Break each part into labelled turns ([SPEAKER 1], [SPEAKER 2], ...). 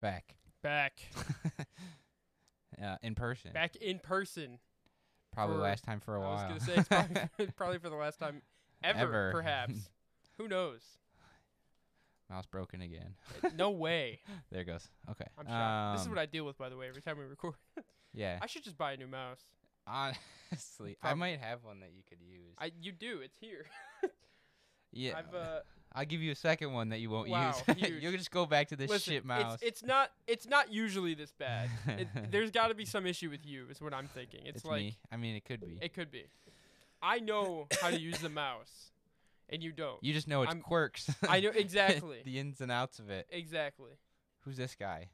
[SPEAKER 1] back
[SPEAKER 2] Back.
[SPEAKER 1] uh, in person.
[SPEAKER 2] Back in person.
[SPEAKER 1] probably
[SPEAKER 2] for-
[SPEAKER 1] last time for a
[SPEAKER 2] I
[SPEAKER 1] while.
[SPEAKER 2] was going to say it's probably, for- probably for the last time ever,
[SPEAKER 1] Ever.
[SPEAKER 2] perhaps. Who knows?
[SPEAKER 1] mouse broken again.
[SPEAKER 2] No way.
[SPEAKER 1] There it goes. Okay.
[SPEAKER 2] I'm shocked. this
[SPEAKER 1] Um,
[SPEAKER 2] is what I deal with, by the way, every time we record.
[SPEAKER 1] Yeah.
[SPEAKER 2] I should just buy a new mouse.
[SPEAKER 1] honestly, I
[SPEAKER 2] Probably.
[SPEAKER 1] might have one that you could use.
[SPEAKER 2] I you do. It's here.
[SPEAKER 1] yeah.
[SPEAKER 2] I've uh,
[SPEAKER 1] I'll give you a second one that you won't
[SPEAKER 2] Wow,
[SPEAKER 1] use.
[SPEAKER 2] huge.
[SPEAKER 1] You'll just go back to this
[SPEAKER 2] listen,
[SPEAKER 1] shit mouse.
[SPEAKER 2] It's, it's not. It's not usually this bad. it, there's got to be some issue with you. Is what I'm thinking. It's,
[SPEAKER 1] It's
[SPEAKER 2] like
[SPEAKER 1] me. I mean, it could be.
[SPEAKER 2] it could be. I know how to use the mouse, and you don't.
[SPEAKER 1] you just know its
[SPEAKER 2] I'm-
[SPEAKER 1] quirks.
[SPEAKER 2] I know exactly.
[SPEAKER 1] the ins and outs of it.
[SPEAKER 2] exactly.
[SPEAKER 1] Who's this guy?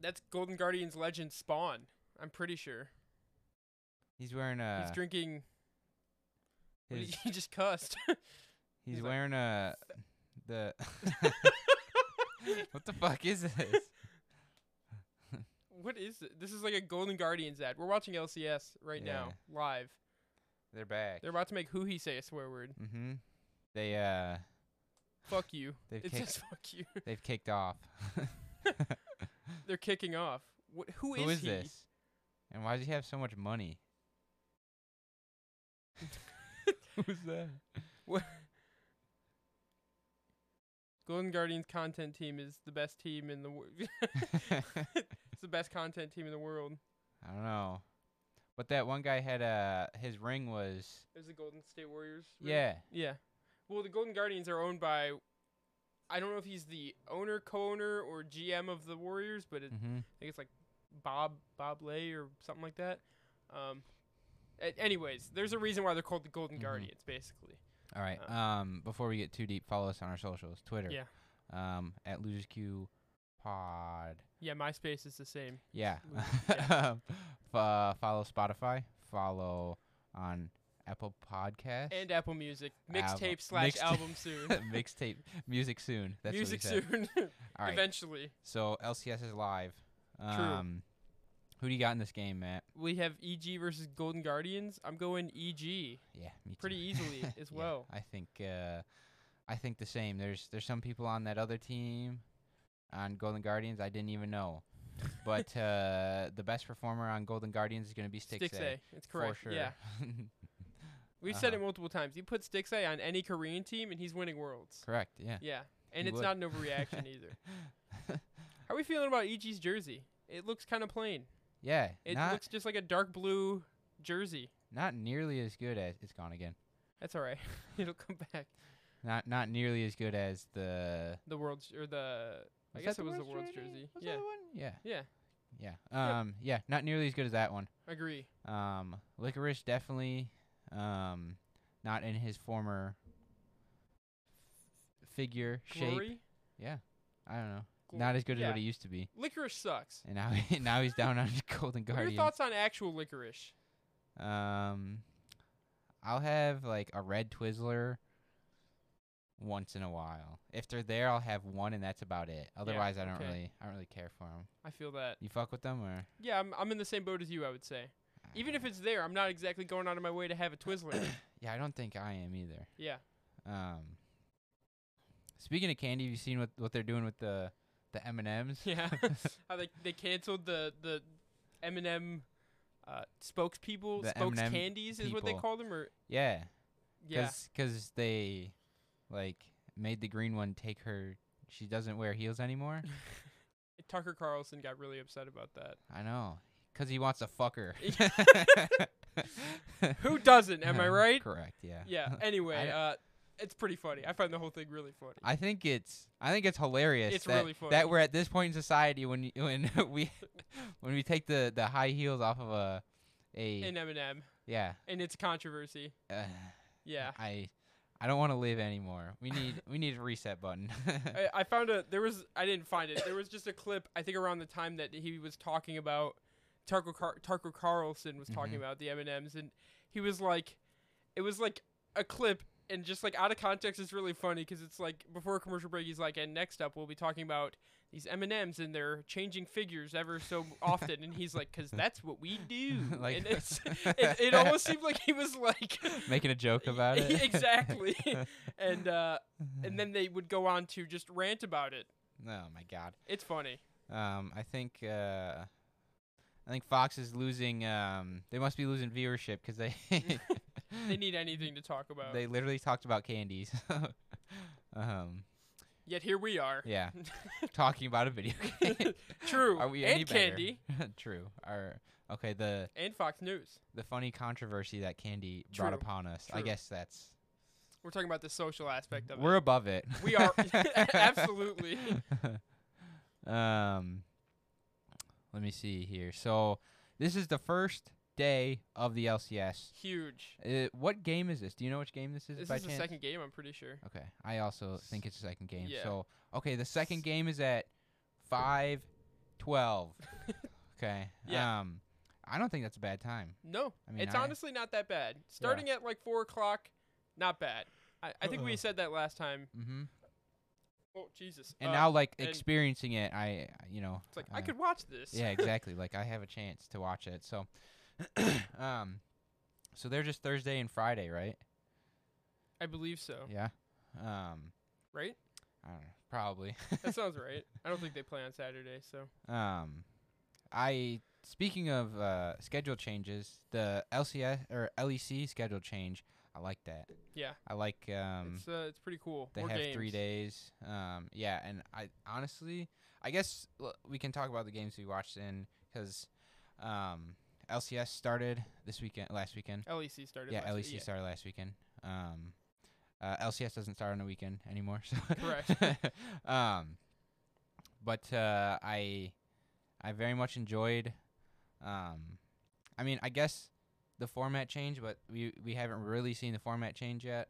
[SPEAKER 2] That's Golden Guardians legend Spawn. I'm pretty sure
[SPEAKER 1] He's wearing a.
[SPEAKER 2] he's drinking. what did
[SPEAKER 1] his-
[SPEAKER 2] he just cussed.
[SPEAKER 1] He's
[SPEAKER 2] He's like,
[SPEAKER 1] wearing a the. what the fuck is this?
[SPEAKER 2] what is it? This is like a Golden Guardians ad. We're watching LCS right now
[SPEAKER 1] Yeah.
[SPEAKER 2] live.
[SPEAKER 1] They're back.
[SPEAKER 2] They're about to make who he say a swear word.
[SPEAKER 1] mm-hmm. They uh
[SPEAKER 2] Fuck you.
[SPEAKER 1] they've
[SPEAKER 2] It
[SPEAKER 1] kicked,
[SPEAKER 2] says fuck you.
[SPEAKER 1] they've kicked off.
[SPEAKER 2] They're kicking off. What, who is,
[SPEAKER 1] Who is
[SPEAKER 2] he?
[SPEAKER 1] this? And why does he have so much money? Who's that?
[SPEAKER 2] Golden Guardians content team is the best team in the world. it's the best content team in the world.
[SPEAKER 1] I don't know. But that one guy had uh his ring was
[SPEAKER 2] There's the Golden State Warriors. ring.
[SPEAKER 1] yeah
[SPEAKER 2] Yeah. Well, the Golden Guardians are owned by. I don't know if he's the owner, co-owner, or GM of the Warriors, but it,
[SPEAKER 1] mm-hmm.
[SPEAKER 2] I think it's like Bob Bob Lay or something like that. Um, a- anyways, there's a reason why they're called the Golden
[SPEAKER 1] Mhm.
[SPEAKER 2] Guardians, basically.
[SPEAKER 1] All right.
[SPEAKER 2] Uh,
[SPEAKER 1] um, before we get too deep, follow us on our socials, Twitter.
[SPEAKER 2] Yeah.
[SPEAKER 1] Um, at Losers Q Pod.
[SPEAKER 2] Yeah, MySpace is the same.
[SPEAKER 1] Yeah.
[SPEAKER 2] Losers,
[SPEAKER 1] um, f- uh, follow Spotify. Follow on Apple Podcasts.
[SPEAKER 2] And Apple Music
[SPEAKER 1] Album-
[SPEAKER 2] mixtape slash
[SPEAKER 1] mixta-
[SPEAKER 2] album soon.
[SPEAKER 1] mixtape music soon. That's
[SPEAKER 2] Music
[SPEAKER 1] what he said.
[SPEAKER 2] soon,
[SPEAKER 1] All right.
[SPEAKER 2] eventually.
[SPEAKER 1] So LCS is live. Um, Who do you got in this game, Matt?
[SPEAKER 2] We have EG versus Golden Guardians. I'm going E EG.
[SPEAKER 1] Yeah, me too.
[SPEAKER 2] Pretty easily as
[SPEAKER 1] Yeah,
[SPEAKER 2] well.
[SPEAKER 1] I think uh, I think the same. There's there's some people on that other team on Golden Guardians I didn't even know. But uh, the best performer on Golden Guardians is going to be Stix
[SPEAKER 2] Stix A. It's correct.
[SPEAKER 1] for sure.
[SPEAKER 2] Yeah. We've said it
[SPEAKER 1] Uh-huh.
[SPEAKER 2] multiple times. You put Stix A on any Korean team and he's winning worlds.
[SPEAKER 1] correct. Yeah.
[SPEAKER 2] Yeah. And
[SPEAKER 1] He
[SPEAKER 2] it's
[SPEAKER 1] would.
[SPEAKER 2] not an overreaction either. How are we feeling about EG's jersey? It looks kind of plain.
[SPEAKER 1] Yeah.
[SPEAKER 2] It
[SPEAKER 1] not
[SPEAKER 2] looks just like a dark blue jersey.
[SPEAKER 1] not nearly as good as it's gone again.
[SPEAKER 2] That's all right. It'll come back.
[SPEAKER 1] Not not nearly as good as the.
[SPEAKER 2] The world's or the I
[SPEAKER 1] was that
[SPEAKER 2] guess it was the world's jersey.
[SPEAKER 1] Was that
[SPEAKER 2] Yeah.
[SPEAKER 1] the one? Yeah.
[SPEAKER 2] Yeah.
[SPEAKER 1] Yeah. Um. Yeah. Not nearly as good as that one.
[SPEAKER 2] Agree.
[SPEAKER 1] Um, Licorice definitely um, not in his former f- figure shape.
[SPEAKER 2] Glory.
[SPEAKER 1] Yeah, I don't know.
[SPEAKER 2] Glo-
[SPEAKER 1] Not as good as
[SPEAKER 2] yeah.
[SPEAKER 1] what he used to be,
[SPEAKER 2] Licorice sucks.
[SPEAKER 1] and now now he's down on Golden
[SPEAKER 2] What are
[SPEAKER 1] Guardian.
[SPEAKER 2] your thoughts on actual licorice?
[SPEAKER 1] Um, I'll have like a red Twizzler once in a while. If they're there, I'll have one, and that's about it. Otherwise, I don't
[SPEAKER 2] okay.
[SPEAKER 1] really, I don't really care for them.
[SPEAKER 2] I feel that.
[SPEAKER 1] You fuck with them, or
[SPEAKER 2] Yeah, I'm I'm in the same boat as you, I would say. Even if it's there, I'm not exactly going out of my way to have a Twizzler.
[SPEAKER 1] yeah, I don't think I am either.
[SPEAKER 2] yeah.
[SPEAKER 1] Um, speaking of candy, have you seen what what they're doing with the the M and M's?
[SPEAKER 2] Yeah. How they they canceled the the Eminem uh, spokespeople,
[SPEAKER 1] The
[SPEAKER 2] spokes
[SPEAKER 1] M&M
[SPEAKER 2] candies is what they
[SPEAKER 1] people.
[SPEAKER 2] call them, or
[SPEAKER 1] Yeah,
[SPEAKER 2] yeah,
[SPEAKER 1] because they like made the green one take her. She doesn't wear heels anymore.
[SPEAKER 2] Tucker Carlson got really upset about that.
[SPEAKER 1] I know, cause he wants to fuck her.
[SPEAKER 2] Who doesn't? Am I right?
[SPEAKER 1] Correct. Yeah.
[SPEAKER 2] Yeah. Anyway,
[SPEAKER 1] I-
[SPEAKER 2] uh, it's pretty funny. I find the whole thing really funny.
[SPEAKER 1] I think it's I think it's hilarious
[SPEAKER 2] It's
[SPEAKER 1] that,
[SPEAKER 2] really funny.
[SPEAKER 1] that we're at this point in society when y- when we when we take the, the high heels off of a a
[SPEAKER 2] And Eminem
[SPEAKER 1] yeah
[SPEAKER 2] and its controversy.
[SPEAKER 1] uh,
[SPEAKER 2] Yeah.
[SPEAKER 1] I I don't want to live anymore. We need we need a reset button.
[SPEAKER 2] I, I found a there was I didn't find it. There was just a clip I think around the time that he was talking about Tucker Car- Tucker Carlson was talking
[SPEAKER 1] Mhm.
[SPEAKER 2] about the M and M's and he was like, it was like a clip and just like out of context it's really funny because it's like before commercial break he's like and next up we'll be talking about these M and M's and they're changing figures ever so often and he's like because that's what we do
[SPEAKER 1] Like-
[SPEAKER 2] and it's, it, it almost seemed like he was like
[SPEAKER 1] Making a joke about it.
[SPEAKER 2] exactly and uh and then they would go on to just rant about it
[SPEAKER 1] Oh my god.
[SPEAKER 2] It's funny.
[SPEAKER 1] Um, I think uh, I think Fox is losing. Um, they must be losing viewership because they
[SPEAKER 2] They need anything to talk about.
[SPEAKER 1] they literally talked about candies. um,
[SPEAKER 2] Yet here we are.
[SPEAKER 1] yeah, talking about a video game.
[SPEAKER 2] True.
[SPEAKER 1] Are we
[SPEAKER 2] and
[SPEAKER 1] any better?
[SPEAKER 2] candy
[SPEAKER 1] True. Our, okay. The
[SPEAKER 2] and Fox News.
[SPEAKER 1] the funny controversy that candy brought
[SPEAKER 2] True.
[SPEAKER 1] upon us. I
[SPEAKER 2] True.
[SPEAKER 1] guess that's
[SPEAKER 2] We're talking about the social aspect of
[SPEAKER 1] we're
[SPEAKER 2] it.
[SPEAKER 1] above it.
[SPEAKER 2] We are- absolutely.
[SPEAKER 1] um, let me see here. So this is the first day of the LCS.
[SPEAKER 2] Huge.
[SPEAKER 1] Uh, what game is this? Do you know which game this is?
[SPEAKER 2] This
[SPEAKER 1] by
[SPEAKER 2] is the
[SPEAKER 1] chance?
[SPEAKER 2] second game, I'm pretty sure.
[SPEAKER 1] Okay, I also think it's the second game.
[SPEAKER 2] Yeah.
[SPEAKER 1] So okay, the second game is at five twelve. okay.
[SPEAKER 2] Yeah.
[SPEAKER 1] Um, I don't think that's a bad time.
[SPEAKER 2] No,
[SPEAKER 1] I mean,
[SPEAKER 2] it's
[SPEAKER 1] I-
[SPEAKER 2] honestly not that bad. Starting at like four o'clock, not bad. I, I think we
[SPEAKER 1] Uh-uh.
[SPEAKER 2] said that last time.
[SPEAKER 1] Mm-hmm.
[SPEAKER 2] Oh Jesus!
[SPEAKER 1] And
[SPEAKER 2] Uh,
[SPEAKER 1] now, like
[SPEAKER 2] and-
[SPEAKER 1] experiencing it, I you know.
[SPEAKER 2] it's like I
[SPEAKER 1] uh,
[SPEAKER 2] could watch this.
[SPEAKER 1] Yeah, exactly. like I have a chance to watch it. So, um, so they're just Thursday and Friday, right?
[SPEAKER 2] I believe so.
[SPEAKER 1] Yeah. Um,
[SPEAKER 2] Oh. Right?
[SPEAKER 1] I don't know. Probably.
[SPEAKER 2] That sounds right. I don't think they play on Saturday, so
[SPEAKER 1] Um, I speaking of uh, schedule changes, the LCS or LEC schedule change. I like that.
[SPEAKER 2] yeah,
[SPEAKER 1] I like um,
[SPEAKER 2] it's uh, it's pretty cool.
[SPEAKER 1] they
[SPEAKER 2] More
[SPEAKER 1] have
[SPEAKER 2] games.
[SPEAKER 1] three days. Um, yeah, and I honestly, I guess l- we can talk about the games we watched in because um, LCS started this weekend, last weekend.
[SPEAKER 2] LEC E started.
[SPEAKER 1] Yeah, E
[SPEAKER 2] last week.
[SPEAKER 1] LEC started last weekend. Um, uh, LCS doesn't start on the weekend anymore. So
[SPEAKER 2] Correct.
[SPEAKER 1] um, but uh, I, I very much enjoyed. Um, I mean, I guess the format change, but we we haven't really seen the format change yet,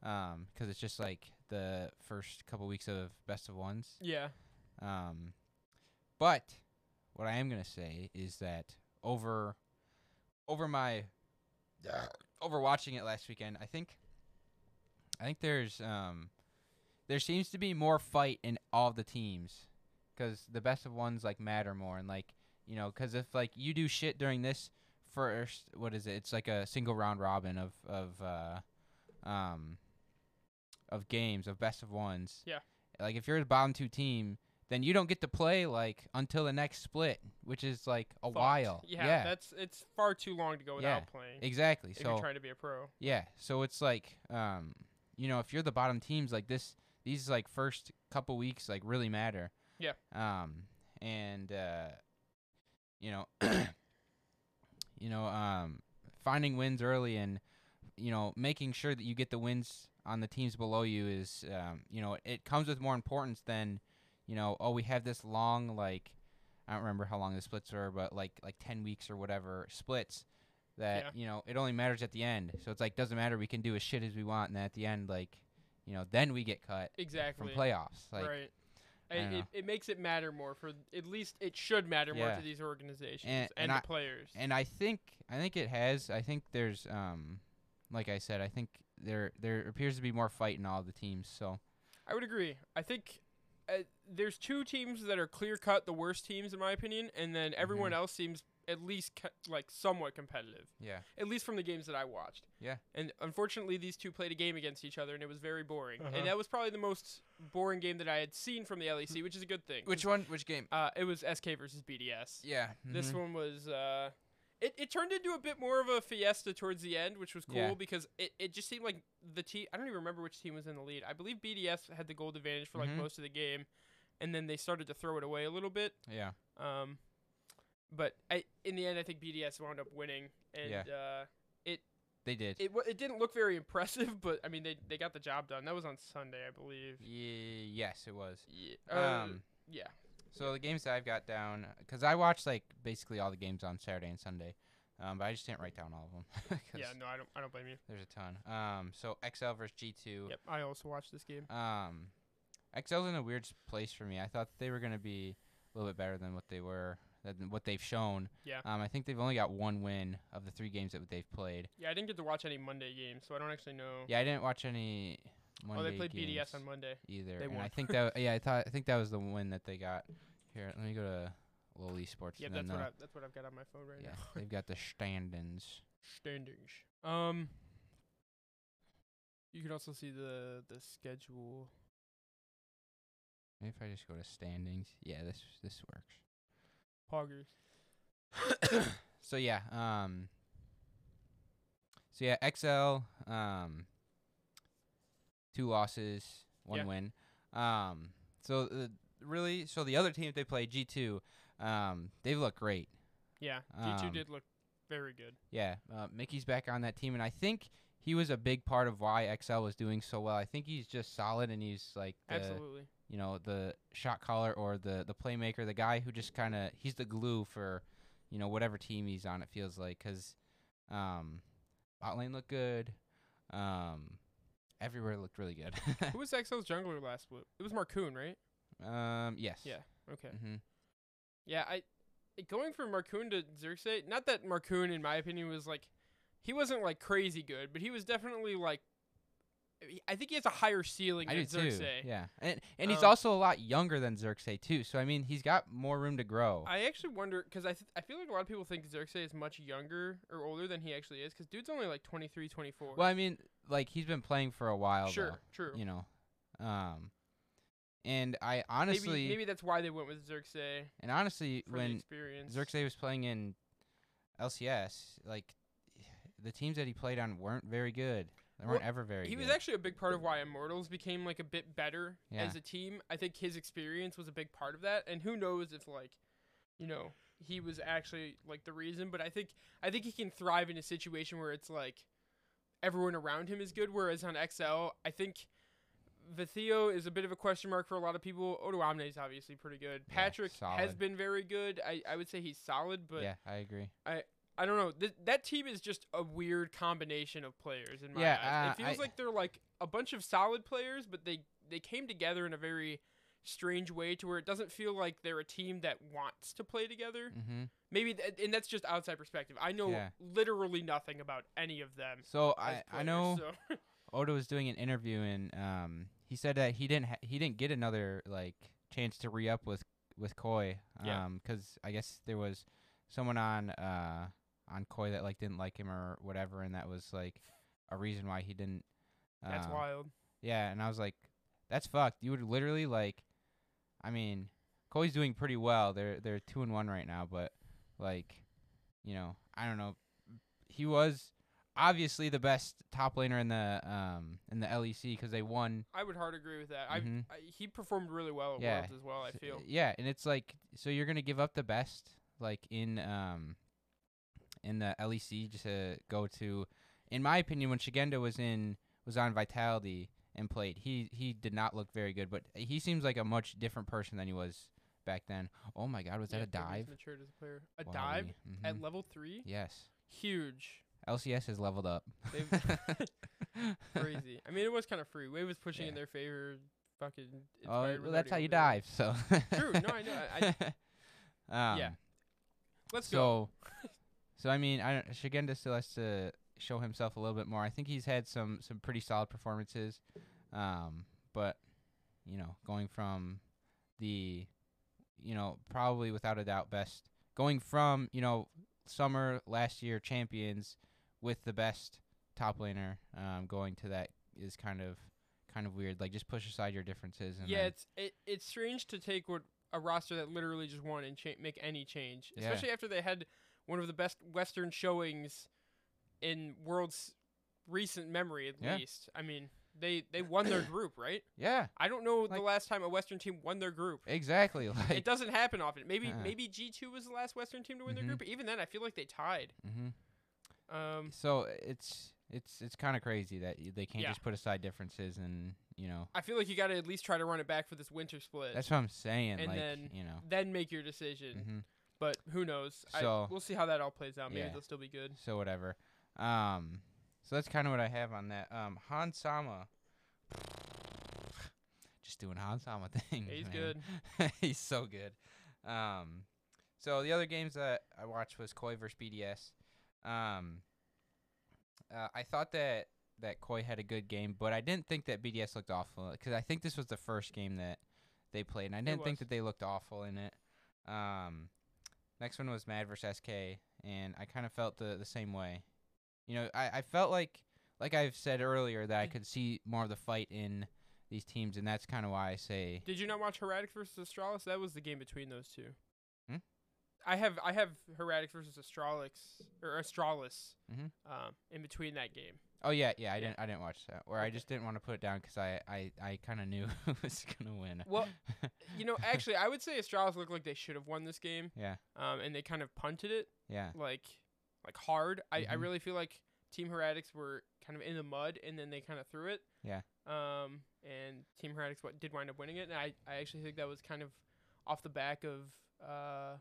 [SPEAKER 1] because it's just like the first couple weeks of best of ones.
[SPEAKER 2] Yeah.
[SPEAKER 1] Um, but what I am gonna say is that over over my over watching it last weekend, I think I think there's um there seems to be more fight in all the teams because the best of ones like matter more and like you know because if like you do shit during this first what is it it's like a single round robin of of uh um of games of best of ones
[SPEAKER 2] Yeah.
[SPEAKER 1] like if you're the bottom two team then you don't get to play like until the next split which is like a
[SPEAKER 2] Fucked.
[SPEAKER 1] while
[SPEAKER 2] Yeah, that's it's far too long to go without playing.
[SPEAKER 1] exactly
[SPEAKER 2] if
[SPEAKER 1] so
[SPEAKER 2] you're trying to be a pro.
[SPEAKER 1] yeah, so it's like, um, you know, if you're the bottom teams, like this, these like first couple weeks like really matter.
[SPEAKER 2] Yeah.
[SPEAKER 1] Um, and uh, you know, you know, um, finding wins early and you know making sure that you get the wins on the teams below you is, um, you know, it comes with more importance than, you know, oh we have this long like. I don't remember how long the splits were, but like like ten weeks or whatever splits that
[SPEAKER 2] Yeah.
[SPEAKER 1] you know it only matters at the end. So it's like doesn't matter. We can do as shit as we want, and at the end, like you know, then we get cut
[SPEAKER 2] Exactly.
[SPEAKER 1] from playoffs. Like,
[SPEAKER 2] right.
[SPEAKER 1] I
[SPEAKER 2] I-
[SPEAKER 1] don't
[SPEAKER 2] it,
[SPEAKER 1] know.
[SPEAKER 2] it makes it matter more for at least it should matter more
[SPEAKER 1] Yeah.
[SPEAKER 2] to these organizations
[SPEAKER 1] And- and
[SPEAKER 2] and, the
[SPEAKER 1] I-
[SPEAKER 2] players.
[SPEAKER 1] and I think I think it has. I think there's um, like I said, I think there there appears to be more fight in all the teams. So
[SPEAKER 2] I would agree. I think uh, there's two teams that are clear cut the worst teams in my opinion, and then everyone
[SPEAKER 1] Mm-hmm.
[SPEAKER 2] else seems at least ca- like somewhat competitive,
[SPEAKER 1] yeah,
[SPEAKER 2] at least from the games that I watched.
[SPEAKER 1] Yeah.
[SPEAKER 2] And unfortunately, these two played a game against each other, and it was very boring.
[SPEAKER 1] Uh-huh.
[SPEAKER 2] And that was probably the most boring game that I had seen from the LEC, which is a good thing. 'cause,
[SPEAKER 1] one? Which game?
[SPEAKER 2] Uh, it was SK versus BDS.
[SPEAKER 1] Yeah, mm-hmm.
[SPEAKER 2] This one was uh it, it turned into a bit more of a fiesta towards the end, which was cool
[SPEAKER 1] Yeah.
[SPEAKER 2] because it, it just seemed like the team I don't even remember which team was in the lead. I believe BDS had the gold advantage for like
[SPEAKER 1] Mhm.
[SPEAKER 2] most of the game and then they started to throw it away a little bit.
[SPEAKER 1] Yeah,
[SPEAKER 2] Um but I in the end I think BDS wound up winning and
[SPEAKER 1] Yeah.
[SPEAKER 2] uh
[SPEAKER 1] they did.
[SPEAKER 2] it wa- it didn't look very impressive, but I mean they they got the job done. That was on Sunday, I believe.
[SPEAKER 1] yeah, yes, it was.
[SPEAKER 2] Yeah. uh,
[SPEAKER 1] um,
[SPEAKER 2] yeah.
[SPEAKER 1] So the games that I've got down, because I watched like basically all the games on Saturday and Sunday, um, but I just didn't write down all of them. 'cause
[SPEAKER 2] Yeah, no, I don't I don't blame you.
[SPEAKER 1] There's a ton. Um, so XL versus G2.
[SPEAKER 2] Yep, I also watched this game.
[SPEAKER 1] Um, XL's in a weird s- place for me. I thought they were gonna be a little bit better than what they were, than what they've shown.
[SPEAKER 2] Yeah.
[SPEAKER 1] Um, I think they've only got one win of the three games that they've played.
[SPEAKER 2] Yeah, I didn't get to watch any Monday games, so I don't actually know.
[SPEAKER 1] Yeah, I didn't watch any. Monday
[SPEAKER 2] oh, they played
[SPEAKER 1] games
[SPEAKER 2] BDS on Monday.
[SPEAKER 1] either.
[SPEAKER 2] They
[SPEAKER 1] and I
[SPEAKER 2] won.
[SPEAKER 1] think that yeah, I thought I think that was the win that they got. Here, let me go to Lowly Sports.
[SPEAKER 2] Yep,
[SPEAKER 1] and
[SPEAKER 2] that's
[SPEAKER 1] then
[SPEAKER 2] what
[SPEAKER 1] they'll-
[SPEAKER 2] I, that's what I've got on my phone right
[SPEAKER 1] yeah,
[SPEAKER 2] now.
[SPEAKER 1] they've got the standings.
[SPEAKER 2] Standings. Um, you can also see the the schedule.
[SPEAKER 1] Maybe if I just go to standings. Yeah, this this
[SPEAKER 2] Poggers.
[SPEAKER 1] works. so yeah, um So yeah, XL um two losses, one
[SPEAKER 2] Yeah.
[SPEAKER 1] win. Um so the, really so the other team that they play G2 um they've looked great.
[SPEAKER 2] Yeah, G2
[SPEAKER 1] Um,
[SPEAKER 2] did look very good.
[SPEAKER 1] Yeah, uh, Mickey's back on that team, and I think he was a big part of why XL was doing so well. I think he's just solid, and he's like the
[SPEAKER 2] Absolutely.
[SPEAKER 1] you know the shot caller or the the playmaker, the guy who just kind of he's the glue for you know whatever team he's on. It feels like because um, bot lane looked good, um, everywhere looked really good.
[SPEAKER 2] Who was XL's jungler last blue? It was Marcoon, right?
[SPEAKER 1] um, yes.
[SPEAKER 2] Yeah. Okay.
[SPEAKER 1] Mm-hmm.
[SPEAKER 2] Yeah, I going from Marcoon to Xerxate, not that Marcoon in my opinion was like he wasn't like crazy good, but he was definitely like I think he has a higher ceiling
[SPEAKER 1] I do
[SPEAKER 2] than
[SPEAKER 1] too.
[SPEAKER 2] Xerxate.
[SPEAKER 1] Yeah, and and he's
[SPEAKER 2] Um,
[SPEAKER 1] also a lot younger than Xerxay too. So I mean, he's got more room to grow.
[SPEAKER 2] I actually wonder because I, th- I feel like a lot of people think Xerxes is much younger or older than he actually is because dude's only like 23, 24.
[SPEAKER 1] Well, I mean, like he's been playing for a while,
[SPEAKER 2] sure, true.
[SPEAKER 1] though, you know. Um, and I honestly,
[SPEAKER 2] maybe maybe that's why they went with Xerxes
[SPEAKER 1] and honestly,
[SPEAKER 2] for the
[SPEAKER 1] when
[SPEAKER 2] experience.
[SPEAKER 1] Xerxes was playing in LCS, like the teams that he played on weren't very good. They weren't
[SPEAKER 2] Well,
[SPEAKER 1] ever very.
[SPEAKER 2] he
[SPEAKER 1] good.
[SPEAKER 2] was actually a big part of why Immortals became like a bit better
[SPEAKER 1] Yeah.
[SPEAKER 2] as a team. I think his experience was a big part of that, and who knows if like, you know, he was actually like the reason. But I think I think he can thrive in a situation where it's like everyone around him is good. Whereas on XL, I think Vithio is a bit of a question mark for a lot of people. Odoamne is obviously pretty good.
[SPEAKER 1] Yeah,
[SPEAKER 2] Patrick has
[SPEAKER 1] solid.
[SPEAKER 2] been very good. I, I would say he's solid, but
[SPEAKER 1] yeah, I agree.
[SPEAKER 2] I don't know. Th- that team is just a weird combination of players in my
[SPEAKER 1] Yeah,
[SPEAKER 2] eyes.
[SPEAKER 1] uh,
[SPEAKER 2] it feels
[SPEAKER 1] I-
[SPEAKER 2] like they're like a bunch of solid players, but they they came together in a very strange way to where it doesn't feel like they're a team that wants to play together.
[SPEAKER 1] hmm
[SPEAKER 2] Maybe th- and that's just outside perspective. I know
[SPEAKER 1] Yeah.
[SPEAKER 2] literally nothing about any of them.
[SPEAKER 1] So
[SPEAKER 2] as
[SPEAKER 1] I I
[SPEAKER 2] players,
[SPEAKER 1] know
[SPEAKER 2] so-
[SPEAKER 1] Oda was doing an interview and um he said that he didn't ha- he didn't get another like chance to re up with with Koi
[SPEAKER 2] Yeah.
[SPEAKER 1] um because I guess there was someone on uh on Koi that like didn't like him or whatever and that was like a reason why he didn't. Um,
[SPEAKER 2] that's wild.
[SPEAKER 1] Yeah, and I was like, that's fucked. You would literally like, I mean, Koi's doing pretty well. They're they're two and one right now, but like, you know, I don't know. He was obviously the best top laner in the um in the LEC because they won.
[SPEAKER 2] I would hard agree with that.
[SPEAKER 1] Mhm.
[SPEAKER 2] I, I he performed really well at
[SPEAKER 1] Yeah,
[SPEAKER 2] Worlds as well. I
[SPEAKER 1] So-
[SPEAKER 2] feel
[SPEAKER 1] Yeah, and it's like so you're gonna give up the best like in um in the LEC just to go to, in my opinion, when Shigenda was in was on Vitality and played, he he did not look very good, but he seems like a much different person than he was back then. Oh my God, was
[SPEAKER 2] Yeah,
[SPEAKER 1] that a
[SPEAKER 2] I think he's
[SPEAKER 1] dive?
[SPEAKER 2] Matured as a player. A
[SPEAKER 1] Wow,
[SPEAKER 2] dive
[SPEAKER 1] we-
[SPEAKER 2] at
[SPEAKER 1] mhm.
[SPEAKER 2] level three.
[SPEAKER 1] yes,
[SPEAKER 2] Huge.
[SPEAKER 1] LCS has leveled up.
[SPEAKER 2] They've- crazy. I mean, it was kind of free. Wave was pushing in
[SPEAKER 1] Yeah.
[SPEAKER 2] their favor. Fucking. it's
[SPEAKER 1] Oh,
[SPEAKER 2] fire
[SPEAKER 1] well,
[SPEAKER 2] without
[SPEAKER 1] that's how
[SPEAKER 2] even
[SPEAKER 1] you
[SPEAKER 2] doing it.
[SPEAKER 1] dive. So
[SPEAKER 2] True, no, I know, I-
[SPEAKER 1] um,
[SPEAKER 2] Yeah. Let's go.
[SPEAKER 1] so, so I mean, I don't, Shigenda still has to show himself a little bit more. I think he's had some some pretty solid performances, um, but you know, going from the, you know, probably without a doubt best, going from you know summer last year champions with the best top laner, um, going to that is kind of kind of weird. Like just push aside your differences. And
[SPEAKER 2] Yeah,
[SPEAKER 1] then-
[SPEAKER 2] it's it, it's strange to take what a roster that literally just won and cha- make any change,
[SPEAKER 1] Yeah.
[SPEAKER 2] especially after they had one of the best Western showings in world's recent memory, at
[SPEAKER 1] Yeah.
[SPEAKER 2] least. I mean, they they won their group, right?
[SPEAKER 1] yeah,
[SPEAKER 2] I don't know the
[SPEAKER 1] Like-
[SPEAKER 2] last time a Western team won their group.
[SPEAKER 1] exactly. Like,
[SPEAKER 2] It doesn't happen often. Maybe
[SPEAKER 1] Uh-uh.
[SPEAKER 2] maybe G two was the last Western team to win
[SPEAKER 1] Mhm.
[SPEAKER 2] their group. But even then, I feel like they tied.
[SPEAKER 1] hmm
[SPEAKER 2] Um,
[SPEAKER 1] So it's it's it's kind of crazy that y- they can't
[SPEAKER 2] Yeah.
[SPEAKER 1] just put aside differences and you know
[SPEAKER 2] I feel like you got to at least try to run it back for this winter split.
[SPEAKER 1] that's what I'm saying.
[SPEAKER 2] And
[SPEAKER 1] like
[SPEAKER 2] then-
[SPEAKER 1] you know,
[SPEAKER 2] then make your decision.
[SPEAKER 1] hmm
[SPEAKER 2] But who knows? I,
[SPEAKER 1] So-
[SPEAKER 2] we'll see how that all plays out. Maybe
[SPEAKER 1] Yeah.
[SPEAKER 2] they'll still be good.
[SPEAKER 1] so whatever. Um, so that's kind of what I have on that. Um, Han Sama, just doing Han Sama things.
[SPEAKER 2] He's
[SPEAKER 1] man.
[SPEAKER 2] good.
[SPEAKER 1] He's so good. Um, so the other games that I watched was Koi versus BDS. Um, uh, I thought that that Koi had a good game, but I didn't think that BDS looked awful because I think this was the first game that they played, and I didn't
[SPEAKER 2] was.
[SPEAKER 1] think that they looked awful in it. Um, next one was Mad versus SK, and I kind of felt the the same way. You know, I, I felt like like I've said earlier that I
[SPEAKER 2] Did-
[SPEAKER 1] could see more of the fight in these teams, and that's kind of why I say
[SPEAKER 2] Did you not watch Heretics versus Astralis? That was the game between those two.
[SPEAKER 1] Hmm?
[SPEAKER 2] I have I have Heretics versus Astralis or Astralis
[SPEAKER 1] Mhm.
[SPEAKER 2] um, in between that game.
[SPEAKER 1] Oh yeah, yeah. I
[SPEAKER 2] Yeah.
[SPEAKER 1] didn't. I didn't watch that. Or I
[SPEAKER 2] Okay.
[SPEAKER 1] just didn't want to put it down 'cause I, I, I kind of knew who was gonna win.
[SPEAKER 2] Well, You know, actually, I would say Astralis looked like they should have won this game,
[SPEAKER 1] yeah,
[SPEAKER 2] um, and they kind of punted it
[SPEAKER 1] yeah,
[SPEAKER 2] like like hard. I, I
[SPEAKER 1] Mhm.
[SPEAKER 2] really feel like Team Heretics were kind of in the mud, and then they kind of threw it.
[SPEAKER 1] Yeah.
[SPEAKER 2] Um, and Team Heretics what did wind up winning it, and I I actually think that was kind of off the back of uh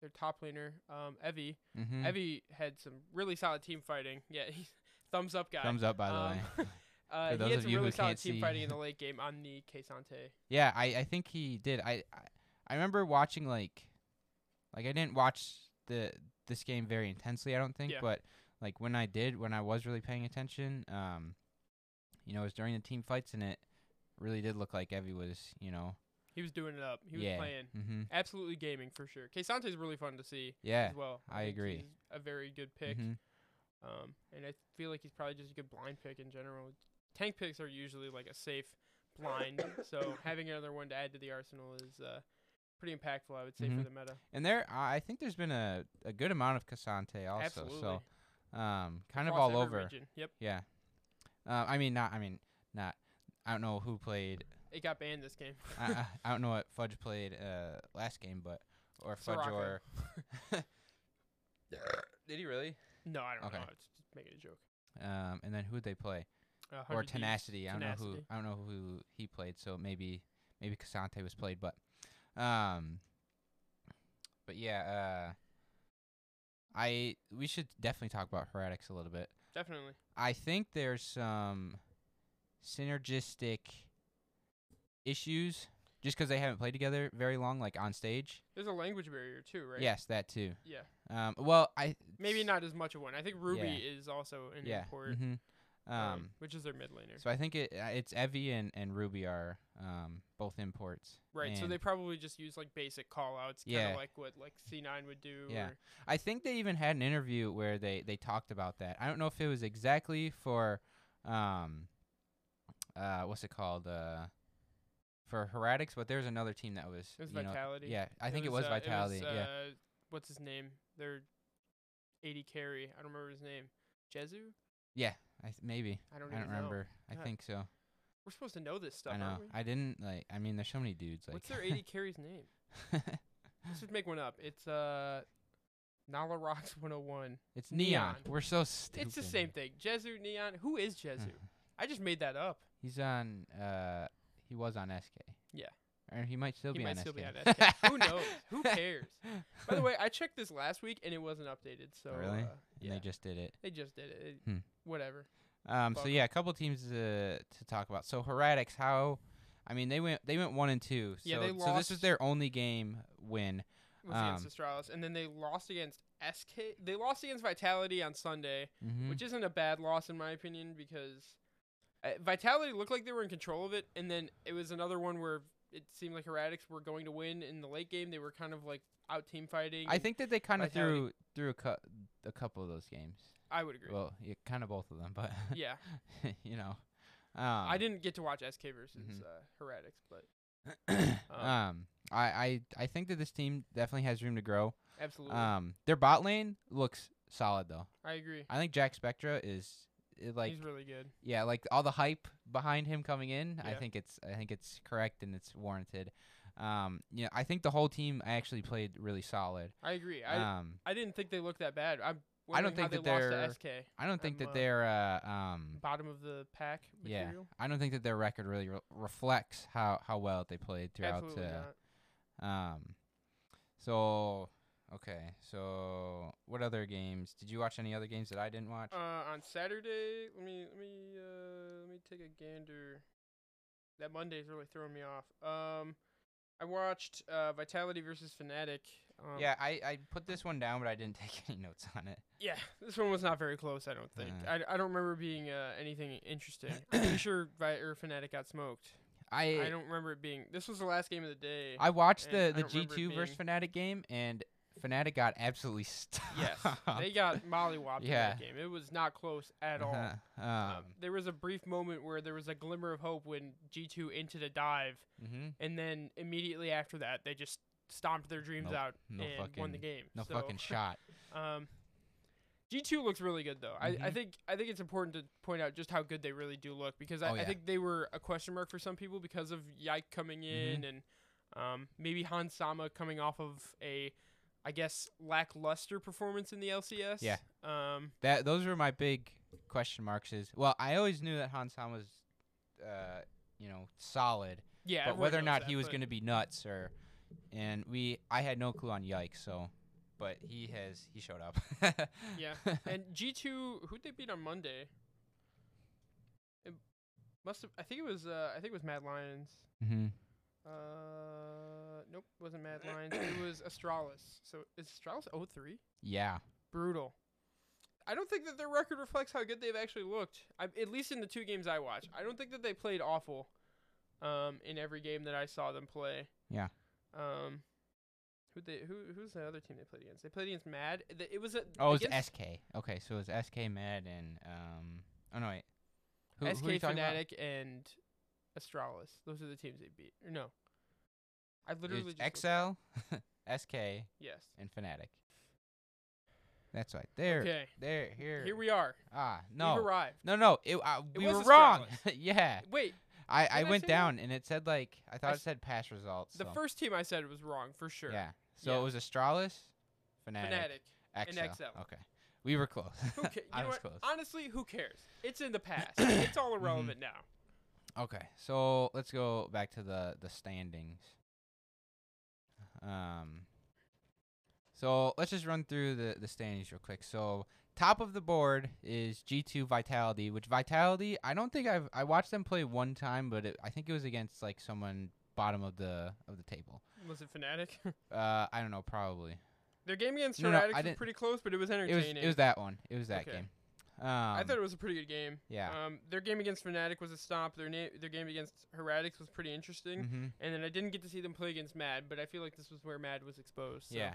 [SPEAKER 2] their top laner um Evie.
[SPEAKER 1] mm-hmm.
[SPEAKER 2] Evie had some really solid team fighting. Yeah, he, thumbs up guy.
[SPEAKER 1] thumbs up by the
[SPEAKER 2] um,
[SPEAKER 1] way.
[SPEAKER 2] uh,
[SPEAKER 1] For those
[SPEAKER 2] he had
[SPEAKER 1] of
[SPEAKER 2] some
[SPEAKER 1] you who
[SPEAKER 2] really solid
[SPEAKER 1] can't
[SPEAKER 2] team
[SPEAKER 1] see.
[SPEAKER 2] fighting in the late game on the Kesante.
[SPEAKER 1] yeah, I, I think he did. I, I, I remember watching like, like I didn't watch the this game very intensely. I don't think,
[SPEAKER 2] Yeah.
[SPEAKER 1] but like when I did, when I was really paying attention, um, you know, it was during the team fights, and it really did look like Evie was, you know,
[SPEAKER 2] He was doing it up. He was
[SPEAKER 1] yeah,
[SPEAKER 2] playing.
[SPEAKER 1] Mm-hmm.
[SPEAKER 2] Absolutely gaming for sure. Kesante's really fun to see
[SPEAKER 1] Yeah,
[SPEAKER 2] as well.
[SPEAKER 1] Eh, I
[SPEAKER 2] think
[SPEAKER 1] agree.
[SPEAKER 2] He's a very good pick.
[SPEAKER 1] mhm.
[SPEAKER 2] Um, and I feel like he's probably just a good blind pick in general. Tank picks are usually like a safe blind, so having another one to add to the arsenal is uh, pretty impactful, I would say, for
[SPEAKER 1] Mhm.
[SPEAKER 2] the meta.
[SPEAKER 1] And there, I I think there's been a, a good amount of Cassante also.
[SPEAKER 2] Absolutely.
[SPEAKER 1] So, um, kind of
[SPEAKER 2] Across
[SPEAKER 1] all
[SPEAKER 2] every
[SPEAKER 1] over.
[SPEAKER 2] region. Yep.
[SPEAKER 1] Yeah. Uh, I mean, not. I mean, not. I don't know who played.
[SPEAKER 2] It got banned this game.
[SPEAKER 1] I, I, I don't know what Fudge played uh, last game, but or Fudge
[SPEAKER 2] Soraka.
[SPEAKER 1] or. Did he really?
[SPEAKER 2] no, I don't
[SPEAKER 1] Okay.
[SPEAKER 2] know. It's just making a joke.
[SPEAKER 1] Um, and then who would they play?
[SPEAKER 2] Uh,
[SPEAKER 1] Or
[SPEAKER 2] 100 Thieves.
[SPEAKER 1] Tenacity. I don't know who.
[SPEAKER 2] Tenacity.
[SPEAKER 1] I don't know who he played. So maybe maybe Cassante was played, but um, but yeah. Uh, I we should definitely talk about Heretics a little bit.
[SPEAKER 2] Definitely.
[SPEAKER 1] I think there's some synergistic issues just 'cause they haven't played together very long, like on stage.
[SPEAKER 2] There's a language barrier too, right?
[SPEAKER 1] Yes, that too.
[SPEAKER 2] Yeah.
[SPEAKER 1] Um, well, I
[SPEAKER 2] Maybe
[SPEAKER 1] s-
[SPEAKER 2] not as much of one. I think Ruby is also an
[SPEAKER 1] Yeah.
[SPEAKER 2] import,
[SPEAKER 1] hmm
[SPEAKER 2] um,
[SPEAKER 1] Um,
[SPEAKER 2] which is their mid laner.
[SPEAKER 1] so I think it uh, it's Evie and and Ruby are um both imports.
[SPEAKER 2] Right. So
[SPEAKER 1] and
[SPEAKER 2] they probably just use like basic call outs, kind of
[SPEAKER 1] Yeah.
[SPEAKER 2] like what like C9 would do.
[SPEAKER 1] Yeah.
[SPEAKER 2] Or,
[SPEAKER 1] I think they even had an interview where they they talked about that. I don't know if it was exactly for um uh what's it called uh for heretics, but there's another team that was
[SPEAKER 2] It was
[SPEAKER 1] you know,
[SPEAKER 2] Vitality.
[SPEAKER 1] Yeah, I think it was,
[SPEAKER 2] uh,
[SPEAKER 1] Vitality.
[SPEAKER 2] It was,
[SPEAKER 1] yeah,
[SPEAKER 2] uh, What's his name? Their 80 carry. I don't remember his name. Jezu?
[SPEAKER 1] I th- maybe
[SPEAKER 2] I don't
[SPEAKER 1] I
[SPEAKER 2] even
[SPEAKER 1] don't
[SPEAKER 2] know.
[SPEAKER 1] remember.
[SPEAKER 2] Yeah.
[SPEAKER 1] I think so.
[SPEAKER 2] We're supposed to know this stuff,
[SPEAKER 1] I know.
[SPEAKER 2] aren't we?
[SPEAKER 1] I didn't like. I mean, there's so many dudes. Like,
[SPEAKER 2] What's their 80 carry's name? Let's just make one up. It's uh Nala Rocks 101.
[SPEAKER 1] it's neon.
[SPEAKER 2] Neon.
[SPEAKER 1] We're so stupid.
[SPEAKER 2] It's the same thing. Jezu Neon. Who is Jezu? I just made that up.
[SPEAKER 1] He's on. Uh, he was on SK.
[SPEAKER 2] Yeah.
[SPEAKER 1] Or he might still
[SPEAKER 2] He
[SPEAKER 1] be
[SPEAKER 2] might
[SPEAKER 1] on
[SPEAKER 2] still
[SPEAKER 1] SK.
[SPEAKER 2] be on SK. Who knows? Who cares? By the way, I checked this last week and it wasn't updated. So
[SPEAKER 1] Really?
[SPEAKER 2] uh,
[SPEAKER 1] And
[SPEAKER 2] yeah,
[SPEAKER 1] they just did it.
[SPEAKER 2] they just did it. It-
[SPEAKER 1] Hmm.
[SPEAKER 2] Whatever.
[SPEAKER 1] Um, so
[SPEAKER 2] Bummer.
[SPEAKER 1] yeah, a couple teams uh, to talk about. So heretics, how? I mean, they went they went one and two. So,
[SPEAKER 2] Yeah, they
[SPEAKER 1] so this was
[SPEAKER 2] lost.
[SPEAKER 1] their only game win.
[SPEAKER 2] Was
[SPEAKER 1] Um,
[SPEAKER 2] against Astralis, and then they lost against SK. They lost against Vitality on Sunday,
[SPEAKER 1] Mm-hmm.
[SPEAKER 2] which isn't a bad loss in my opinion because uh, Vitality looked like they were in control of it, and then it was another one where it seemed like Heretics were going to win in the late game. They were kind of like out team fighting.
[SPEAKER 1] I
[SPEAKER 2] and
[SPEAKER 1] think that they kind of
[SPEAKER 2] Vitality.
[SPEAKER 1] threw threw a, cou- a couple of those games.
[SPEAKER 2] I would agree.
[SPEAKER 1] Well, yeah, kind of both of them, but
[SPEAKER 2] yeah,
[SPEAKER 1] you know, um,
[SPEAKER 2] I didn't get to watch SK versus
[SPEAKER 1] Mhm.
[SPEAKER 2] uh, Heretics, but uh,
[SPEAKER 1] um, I, I I think that this team definitely has room to grow.
[SPEAKER 2] absolutely,
[SPEAKER 1] Um, their bot lane looks solid though.
[SPEAKER 2] I agree.
[SPEAKER 1] I think Jack Spectra is uh, like
[SPEAKER 2] He's really good.
[SPEAKER 1] yeah, like all the hype behind him coming in, I
[SPEAKER 2] Yeah.
[SPEAKER 1] think it's I think it's correct and it's warranted. Um, you know, I think the whole team actually played really solid.
[SPEAKER 2] I agree. I
[SPEAKER 1] um,
[SPEAKER 2] I didn't think they looked that bad. I'm
[SPEAKER 1] I don't
[SPEAKER 2] wondering how
[SPEAKER 1] think
[SPEAKER 2] they
[SPEAKER 1] that
[SPEAKER 2] lost to SK,
[SPEAKER 1] I don't think
[SPEAKER 2] I'm,
[SPEAKER 1] that
[SPEAKER 2] uh,
[SPEAKER 1] they're uh, um,
[SPEAKER 2] bottom of the pack
[SPEAKER 1] Yeah,
[SPEAKER 2] material.
[SPEAKER 1] I don't think that their record really re- reflects how how well they played throughout.
[SPEAKER 2] Absolutely not.
[SPEAKER 1] uh, um, so okay, so what other games did you watch? Any other games that I didn't watch?
[SPEAKER 2] Uh, on Saturday, let me let me uh, let me take a gander. That Monday's really throwing me off. Um, I watched uh, Vitality versus Fnatic. Um,
[SPEAKER 1] yeah, I, I put this one down, but I didn't take any notes on it.
[SPEAKER 2] yeah. This one was not very close. I don't think.
[SPEAKER 1] Uh.
[SPEAKER 2] I, I don't remember being uh, anything interesting. I'm pretty sure Vi- or Fnatic got smoked.
[SPEAKER 1] I
[SPEAKER 2] I don't remember it being. This was the last game of the day.
[SPEAKER 1] I watched
[SPEAKER 2] and I
[SPEAKER 1] the, the
[SPEAKER 2] don't remember it
[SPEAKER 1] G2 versus Fnatic game, and Fnatic got absolutely stomped.
[SPEAKER 2] Yes, they got mollywopped in
[SPEAKER 1] Yeah.
[SPEAKER 2] that game. It was not close at all.
[SPEAKER 1] Uh-huh.
[SPEAKER 2] Um,
[SPEAKER 1] Um,
[SPEAKER 2] there was a brief moment where there was a glimmer of hope when G2 into the dive,
[SPEAKER 1] hmm
[SPEAKER 2] and then immediately after that, they just stomped their dreams
[SPEAKER 1] Nope.
[SPEAKER 2] out
[SPEAKER 1] No
[SPEAKER 2] and won the
[SPEAKER 1] fucking-
[SPEAKER 2] game.
[SPEAKER 1] No
[SPEAKER 2] So,
[SPEAKER 1] fucking shot.
[SPEAKER 2] Um, G2 looks really good though. I, I
[SPEAKER 1] Mhm.
[SPEAKER 2] think I think it's important to point out just how good they really do look because I,
[SPEAKER 1] Oh,
[SPEAKER 2] I
[SPEAKER 1] yeah.
[SPEAKER 2] think they were a question mark for some people because of Yike coming
[SPEAKER 1] Mm-hmm.
[SPEAKER 2] in and um, maybe Han Sama coming off of a I guess lackluster performance in the LCS.
[SPEAKER 1] Yeah.
[SPEAKER 2] Um,
[SPEAKER 1] That those were my big question marks. Is well, I always knew that Hansan was, uh, you know, solid,
[SPEAKER 2] yeah.
[SPEAKER 1] but
[SPEAKER 2] everyone
[SPEAKER 1] whether or
[SPEAKER 2] knows
[SPEAKER 1] not
[SPEAKER 2] that,
[SPEAKER 1] he was
[SPEAKER 2] but-
[SPEAKER 1] going to be nuts or, and we, I had no clue on Yikes. So, but he has he showed up.
[SPEAKER 2] Yeah, and G2, who'd they beat on Monday? It must have. I think it was. Uh, I think it was Mad Lions.
[SPEAKER 1] hmm
[SPEAKER 2] Uh, nope, wasn't Mad Lions. it was Astralis. So is Astralis 03?
[SPEAKER 1] Yeah.
[SPEAKER 2] Brutal. I don't think that their record reflects how good they've actually looked. I, at least in the two games I watched, I don't think that they played awful. Um, in every game that I saw them play.
[SPEAKER 1] Yeah.
[SPEAKER 2] Um, who they who who's the other team they played against? They played against Mad. Th- It was a,
[SPEAKER 1] Oh, it was
[SPEAKER 2] against-
[SPEAKER 1] SK. Okay, so it was SK Med and um. Oh no, wait. Who,
[SPEAKER 2] SK
[SPEAKER 1] who are you talking about?
[SPEAKER 2] Fnatic and Astralis. Those are the teams they beat. Or no. I literally
[SPEAKER 1] It's
[SPEAKER 2] just
[SPEAKER 1] XL,
[SPEAKER 2] looked-
[SPEAKER 1] SK,
[SPEAKER 2] Yes.
[SPEAKER 1] and Fnatic. That's right. There,
[SPEAKER 2] Okay.
[SPEAKER 1] there, here.
[SPEAKER 2] Here we are.
[SPEAKER 1] ah,
[SPEAKER 2] We've
[SPEAKER 1] no,
[SPEAKER 2] arrived.
[SPEAKER 1] no, no. It, uh, we
[SPEAKER 2] was
[SPEAKER 1] were wrong.
[SPEAKER 2] Astralis.
[SPEAKER 1] yeah,
[SPEAKER 2] Wait,
[SPEAKER 1] I,
[SPEAKER 2] Did
[SPEAKER 1] I
[SPEAKER 2] I
[SPEAKER 1] went
[SPEAKER 2] say that?
[SPEAKER 1] down and it said like I thought it
[SPEAKER 2] s-
[SPEAKER 1] said past results.
[SPEAKER 2] the
[SPEAKER 1] so-
[SPEAKER 2] first team I said was wrong for sure.
[SPEAKER 1] Yeah. So
[SPEAKER 2] Yeah.
[SPEAKER 1] it was Astralis, Fnatic,
[SPEAKER 2] Fnatic.
[SPEAKER 1] XL.
[SPEAKER 2] and XL.
[SPEAKER 1] Okay, we were close.
[SPEAKER 2] Who ca- you
[SPEAKER 1] I
[SPEAKER 2] know
[SPEAKER 1] was
[SPEAKER 2] what?
[SPEAKER 1] close. Mm-hmm.
[SPEAKER 2] Honestly, who cares? It's in the past. it's all irrelevant now.
[SPEAKER 1] Okay, so let's go back to the the standings. Um, so let's just run through the the standings real quick. So top of the board is G2 Vitality, which Vitality I don't think I've I watched them play one time, but it, I think it was against like someone bottom of the of the table.
[SPEAKER 2] Was it Fnatic?
[SPEAKER 1] Uh, I don't know, probably
[SPEAKER 2] Their game against
[SPEAKER 1] No, no, I
[SPEAKER 2] Fnatic was
[SPEAKER 1] didn't-
[SPEAKER 2] pretty close, but it was
[SPEAKER 1] it was
[SPEAKER 2] entertaining.
[SPEAKER 1] it was that one. It was that
[SPEAKER 2] Okay.
[SPEAKER 1] game. Um,
[SPEAKER 2] I thought it was a pretty good game.
[SPEAKER 1] yeah.
[SPEAKER 2] Um, their game against Fnatic was a stomp. Their na- their game against Heretics was pretty interesting.
[SPEAKER 1] hmm
[SPEAKER 2] And then I didn't get to see them play against Mad, but I feel like this was where Mad was exposed. So.
[SPEAKER 1] Yeah.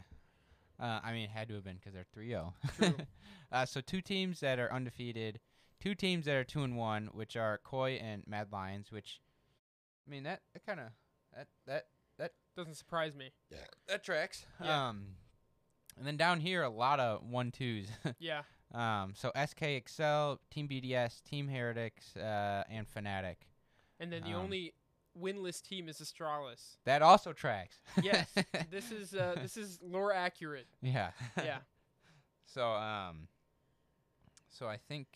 [SPEAKER 1] Uh, I mean, it had to have been because they're 3 0.
[SPEAKER 2] True.
[SPEAKER 1] uh, so, two teams that are undefeated, two teams that are 2 and 1, which are Koi and Mad Lions, which, I mean, that, that kind of, that, that,
[SPEAKER 2] Doesn't surprise me.
[SPEAKER 1] that tracks.
[SPEAKER 2] Yeah.
[SPEAKER 1] Um, and then down here, a lot of 1 2s.
[SPEAKER 2] Yeah.
[SPEAKER 1] um, so, SK Excel, Team BDS, Team Heretics, uh, and Fnatic.
[SPEAKER 2] And then the
[SPEAKER 1] Um,
[SPEAKER 2] only winless team is Astralis.
[SPEAKER 1] That also tracks.
[SPEAKER 2] Yes. this is uh, this is lore accurate.
[SPEAKER 1] Yeah.
[SPEAKER 2] Yeah.
[SPEAKER 1] So um, so I think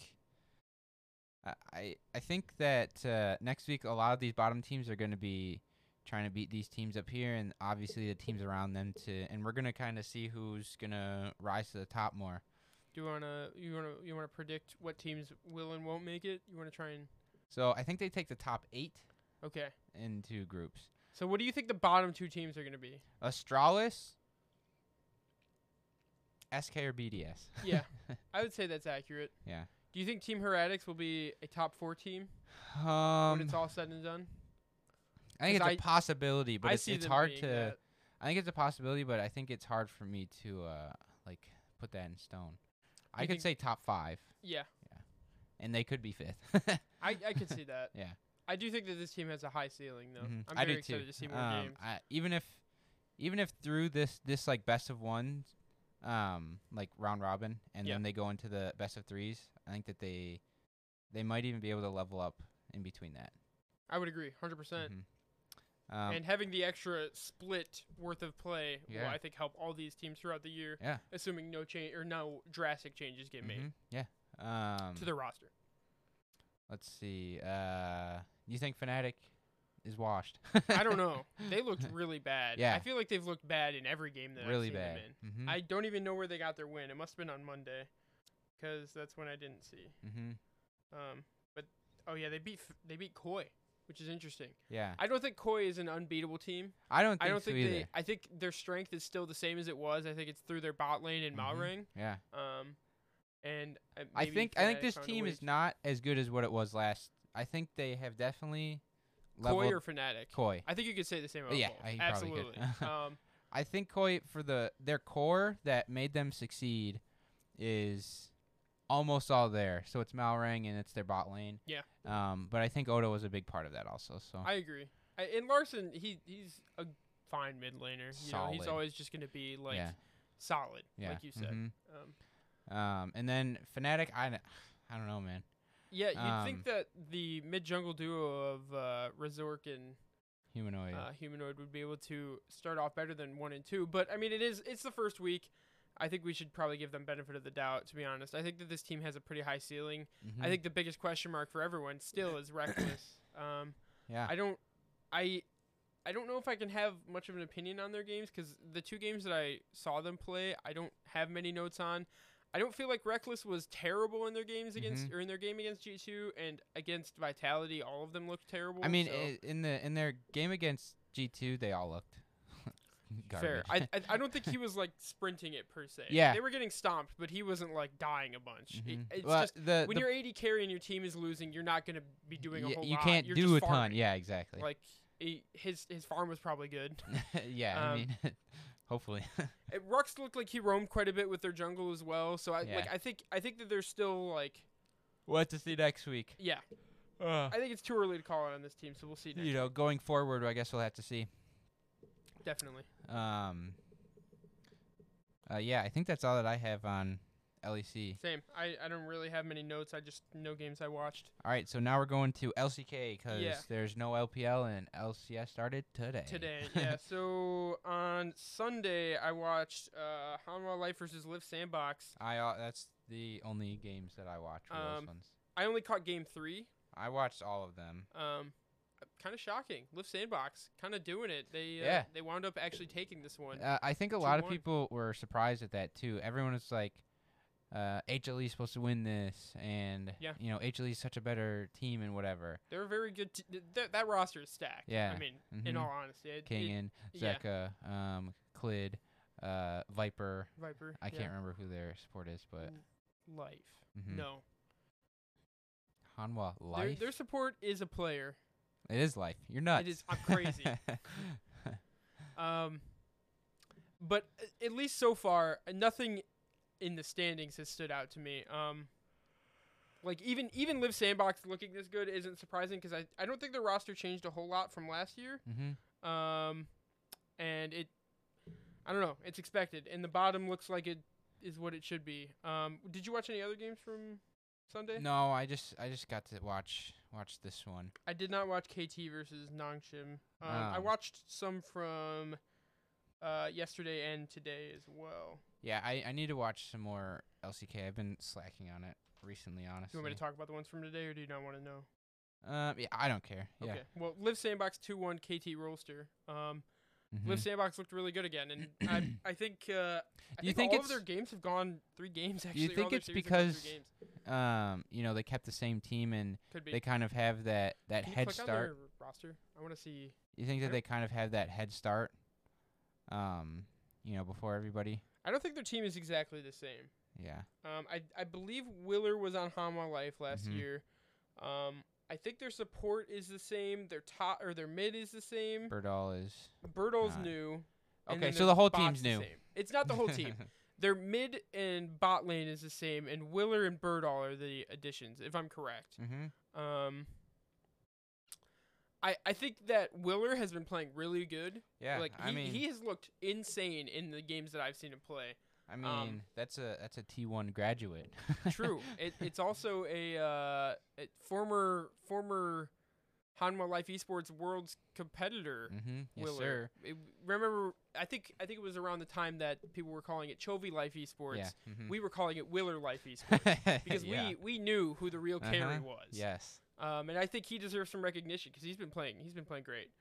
[SPEAKER 1] I I, I think that uh, next week a lot of these bottom teams are going to be trying to beat these teams up here, and obviously the teams around them to, and we're going to kind of see who's going to rise to the top more.
[SPEAKER 2] Do you wanna you wanna you wanna predict what teams will and won't make it? You wanna try and
[SPEAKER 1] So I think they take the top eight
[SPEAKER 2] okay.
[SPEAKER 1] into groups.
[SPEAKER 2] So what do you think the bottom two teams are gonna be?
[SPEAKER 1] Astralis, SK or BDS.
[SPEAKER 2] Yeah. I would say that's accurate.
[SPEAKER 1] Yeah.
[SPEAKER 2] Do you think Team Heretics will be a top four team when
[SPEAKER 1] um,
[SPEAKER 2] it's all said and done?
[SPEAKER 1] I think it's a
[SPEAKER 2] I-
[SPEAKER 1] possibility, but
[SPEAKER 2] I
[SPEAKER 1] it's,
[SPEAKER 2] see
[SPEAKER 1] it's
[SPEAKER 2] them
[SPEAKER 1] hard
[SPEAKER 2] being uh,
[SPEAKER 1] to.
[SPEAKER 2] that.
[SPEAKER 1] I think it's a possibility, but I think it's hard for me to uh like put that in stone. I
[SPEAKER 2] You
[SPEAKER 1] could
[SPEAKER 2] think-
[SPEAKER 1] say top five,
[SPEAKER 2] Yeah.
[SPEAKER 1] and they could be fifth.
[SPEAKER 2] I, I could see that.
[SPEAKER 1] Yeah.
[SPEAKER 2] I do think that this team has a high ceiling though.
[SPEAKER 1] Mhm.
[SPEAKER 2] I'm
[SPEAKER 1] I
[SPEAKER 2] very
[SPEAKER 1] do
[SPEAKER 2] excited
[SPEAKER 1] too.
[SPEAKER 2] to see more
[SPEAKER 1] Um,
[SPEAKER 2] games.
[SPEAKER 1] I, even if, even if through this this like best of ones, um, like round robin, and
[SPEAKER 2] Yeah.
[SPEAKER 1] then they go into the best of threes, I think that they, they might even be able to level up in between that.
[SPEAKER 2] I would agree, hundred percent.
[SPEAKER 1] Mhm. mm-hmm. Um,
[SPEAKER 2] and having the extra split worth of play will,
[SPEAKER 1] Yeah.
[SPEAKER 2] I think, help all these teams throughout the year.
[SPEAKER 1] Yeah.
[SPEAKER 2] Assuming no change or no drastic changes get made
[SPEAKER 1] mhm, yeah. Um,
[SPEAKER 2] to their roster.
[SPEAKER 1] let's see. Uh, you think Fnatic is washed?
[SPEAKER 2] I don't know. They looked really bad. I
[SPEAKER 1] Yeah.
[SPEAKER 2] feel like they've looked bad in every game that
[SPEAKER 1] really
[SPEAKER 2] I've seen
[SPEAKER 1] bad.
[SPEAKER 2] them in.
[SPEAKER 1] Mm-hmm.
[SPEAKER 2] I don't even know where they got their win. It must have been on Monday, because that's when I didn't see.
[SPEAKER 1] mm-hmm.
[SPEAKER 2] Um, but oh yeah, they beat f- they beat Koi, which is interesting.
[SPEAKER 1] Yeah,
[SPEAKER 2] I don't think Koi is an unbeatable team.
[SPEAKER 1] I don't. Think
[SPEAKER 2] I don't
[SPEAKER 1] so
[SPEAKER 2] think
[SPEAKER 1] either.
[SPEAKER 2] they. I think their strength is still the same as it was. I think it's through their bot lane and
[SPEAKER 1] Mhm.
[SPEAKER 2] Malrang.
[SPEAKER 1] Yeah,
[SPEAKER 2] Um, and uh,
[SPEAKER 1] I
[SPEAKER 2] maybe
[SPEAKER 1] think I think
[SPEAKER 2] Fnatic
[SPEAKER 1] this
[SPEAKER 2] found a
[SPEAKER 1] team
[SPEAKER 2] way
[SPEAKER 1] is
[SPEAKER 2] to-
[SPEAKER 1] not as good as what it was last. I think they have definitely
[SPEAKER 2] Koi
[SPEAKER 1] leveled
[SPEAKER 2] or Fnatic.
[SPEAKER 1] Koi.
[SPEAKER 2] I think you could say the same about
[SPEAKER 1] Yeah,
[SPEAKER 2] both.
[SPEAKER 1] I think you probably
[SPEAKER 2] absolutely.
[SPEAKER 1] could.
[SPEAKER 2] um,
[SPEAKER 1] I think Koi for the their core that made them succeed is almost all there. So it's Malrang and it's their bot lane.
[SPEAKER 2] Yeah.
[SPEAKER 1] Um, but I think Odo was a big part of that also. So
[SPEAKER 2] I agree. I, and Larson, he he's a fine mid laner. You know, he's
[SPEAKER 1] Solid.
[SPEAKER 2] always just going to be like
[SPEAKER 1] yeah,
[SPEAKER 2] solid,
[SPEAKER 1] yeah.
[SPEAKER 2] like you said.
[SPEAKER 1] mhm.
[SPEAKER 2] Um,
[SPEAKER 1] Um, and then Fnatic, I, d- I don't know, man.
[SPEAKER 2] yeah, you'd think
[SPEAKER 1] Um,
[SPEAKER 2] that the mid jungle duo of uh, Resork and
[SPEAKER 1] Humanoid.
[SPEAKER 2] uh, humanoid would be able to start off better than one and two. But I mean, it is it's the first week. I think we should probably give them benefit of the doubt. To be honest, I think that this team has a pretty high ceiling.
[SPEAKER 1] mhm.
[SPEAKER 2] I think the biggest question mark for everyone still is reckless. Um,
[SPEAKER 1] Yeah.
[SPEAKER 2] I don't, I, I don't know if I can have much of an opinion on their games because the two games that I saw them play, I don't have many notes on. I don't feel like Reckless was terrible in their games against
[SPEAKER 1] Mm-hmm.
[SPEAKER 2] or in their game against G two and against Vitality. All of them looked terrible.
[SPEAKER 1] I mean,
[SPEAKER 2] so-
[SPEAKER 1] i in the in their game against G two, they all looked
[SPEAKER 2] Fair.
[SPEAKER 1] garbage.
[SPEAKER 2] I, I I don't think he was like sprinting it per se.
[SPEAKER 1] Yeah.
[SPEAKER 2] They were getting stomped, but he wasn't like dying a bunch. It-
[SPEAKER 1] Mhm.
[SPEAKER 2] it's
[SPEAKER 1] Well,
[SPEAKER 2] just
[SPEAKER 1] the,
[SPEAKER 2] when
[SPEAKER 1] the-
[SPEAKER 2] you're 80 carry and your team is losing, you're not gonna be doing a
[SPEAKER 1] y-
[SPEAKER 2] whole
[SPEAKER 1] you
[SPEAKER 2] lot.
[SPEAKER 1] can't
[SPEAKER 2] You're
[SPEAKER 1] do
[SPEAKER 2] just
[SPEAKER 1] a ton.
[SPEAKER 2] farming.
[SPEAKER 1] Yeah, exactly.
[SPEAKER 2] Like he, his his farm was probably good.
[SPEAKER 1] yeah, I
[SPEAKER 2] um,
[SPEAKER 1] mean, hopefully.
[SPEAKER 2] Uh, Rux looked like he roamed quite a bit with their jungle as well. So I
[SPEAKER 1] Yeah.
[SPEAKER 2] like I think I think that they're still like
[SPEAKER 1] we'll have to see next week.
[SPEAKER 2] yeah.
[SPEAKER 1] Uh,
[SPEAKER 2] I think it's too early to call it on this team, so we'll see. Next.
[SPEAKER 1] you know, going forward, I guess we'll have to see.
[SPEAKER 2] Definitely.
[SPEAKER 1] Um. Uh, yeah, I think that's all that I have on E LEC.
[SPEAKER 2] Same. I, I don't really have many notes. I just know games I watched
[SPEAKER 1] All right, so now we're going to LCK because
[SPEAKER 2] Yeah.
[SPEAKER 1] there's no LPL and LCS started today.
[SPEAKER 2] today. yeah. So on Sunday I watched uh Hanwha Life versus Live Sandbox.
[SPEAKER 1] I uh, that's the only games that I watch. Were
[SPEAKER 2] Um,
[SPEAKER 1] those ones.
[SPEAKER 2] I only caught game three.
[SPEAKER 1] I watched all of them.
[SPEAKER 2] Um kind of shocking. Live Sandbox kind of doing it. They uh,
[SPEAKER 1] Yeah.
[SPEAKER 2] they wound up actually taking this one.
[SPEAKER 1] Uh, I think a lot of
[SPEAKER 2] 2-1.
[SPEAKER 1] people were surprised at that too. Everyone was like, uh, "HLE is supposed to win this," and
[SPEAKER 2] Yeah.
[SPEAKER 1] you know, HLE is such a better team and whatever.
[SPEAKER 2] They're a very good. T- th- th- that roster is stacked.
[SPEAKER 1] Yeah.
[SPEAKER 2] I mean, in
[SPEAKER 1] Mhm.
[SPEAKER 2] all honesty, it, it-
[SPEAKER 1] Kingan,
[SPEAKER 2] yeah.
[SPEAKER 1] Zeka, um, Clid, uh, Viper.
[SPEAKER 2] Viper.
[SPEAKER 1] I
[SPEAKER 2] yeah.
[SPEAKER 1] can't remember who their support is, but
[SPEAKER 2] Life.
[SPEAKER 1] mhm.
[SPEAKER 2] No.
[SPEAKER 1] Hanwha
[SPEAKER 2] Their-
[SPEAKER 1] Life.
[SPEAKER 2] Their, support is a player.
[SPEAKER 1] it is life. You're nuts.
[SPEAKER 2] is- I'm crazy. Um, but a- at least so far, uh, nothing in the standings has stood out to me. Um, like even even Live Sandbox looking this good isn't surprising because I I don't think the roster changed a whole lot from last year.
[SPEAKER 1] hmm
[SPEAKER 2] Um, and it I don't know. It's expected, and the bottom looks like it is what it should be. Um, did you watch any other games from Sunday?
[SPEAKER 1] No, I just I just got to watch watch this one.
[SPEAKER 2] I did not watch KT versus Nongshim. Um, I
[SPEAKER 1] Um. watched
[SPEAKER 2] watched some from uh, yesterday and today as well.
[SPEAKER 1] Yeah, I, I need to watch some more LCK. I've been slacking on it recently, honestly.
[SPEAKER 2] Do you want me to talk about the ones from today, or do you not want to know?
[SPEAKER 1] Um, yeah, I don't care. Yeah.
[SPEAKER 2] Okay. Well, Live Sandbox two one KT Rolster. Um,
[SPEAKER 1] mhm.
[SPEAKER 2] Live Sandbox looked really good again, and I I think uh, I
[SPEAKER 1] Do you
[SPEAKER 2] think,
[SPEAKER 1] think
[SPEAKER 2] all
[SPEAKER 1] it's-
[SPEAKER 2] of their games have gone three games actually.
[SPEAKER 1] you
[SPEAKER 2] or
[SPEAKER 1] think
[SPEAKER 2] all their
[SPEAKER 1] it's
[SPEAKER 2] series have gone three
[SPEAKER 1] because-
[SPEAKER 2] games.
[SPEAKER 1] Um, you know they kept the same team and
[SPEAKER 2] could be
[SPEAKER 1] they kind of have that that
[SPEAKER 2] Can you
[SPEAKER 1] head
[SPEAKER 2] click on
[SPEAKER 1] start.
[SPEAKER 2] their roster? I want to see.
[SPEAKER 1] You think that
[SPEAKER 2] don't-
[SPEAKER 1] they kind of have that head start? Um, you know before everybody.
[SPEAKER 2] I don't think their team is exactly the same.
[SPEAKER 1] Yeah.
[SPEAKER 2] Um, I I believe Willer was on Hanwha Life last
[SPEAKER 1] Mhm.
[SPEAKER 2] year. Um, I think their support is the same. Their top or their mid is the same.
[SPEAKER 1] Birdall is
[SPEAKER 2] Bertle's
[SPEAKER 1] Nah.
[SPEAKER 2] new. and
[SPEAKER 1] okay.
[SPEAKER 2] then
[SPEAKER 1] So
[SPEAKER 2] their
[SPEAKER 1] the whole team's
[SPEAKER 2] bot's the
[SPEAKER 1] new.
[SPEAKER 2] same. It's not the whole team. their mid and bot lane is the same, and Willer and Birdall are the additions, if I'm correct.
[SPEAKER 1] mm-hmm.
[SPEAKER 2] Um, I I think that Willer has been playing really good.
[SPEAKER 1] Yeah.
[SPEAKER 2] like he,
[SPEAKER 1] I mean,
[SPEAKER 2] he has looked insane in the games that I've seen him play.
[SPEAKER 1] I mean
[SPEAKER 2] um,
[SPEAKER 1] that's a that's a T one graduate.
[SPEAKER 2] True. it, it's also a, uh, a former former Hanwha Life Esports Worlds competitor.
[SPEAKER 1] mm-hmm. Yes,
[SPEAKER 2] Willer.
[SPEAKER 1] sir.
[SPEAKER 2] It- remember, I think I think it was around the time that people were calling it Chovy Life Esports.
[SPEAKER 1] Yeah. mhm.
[SPEAKER 2] We were calling it Willer Life Esports because
[SPEAKER 1] Yeah,
[SPEAKER 2] we we knew who the real carry
[SPEAKER 1] Uh-huh.
[SPEAKER 2] was.
[SPEAKER 1] Yes.
[SPEAKER 2] Um, and I think he deserves some recognition because he's been playing. He's been playing great.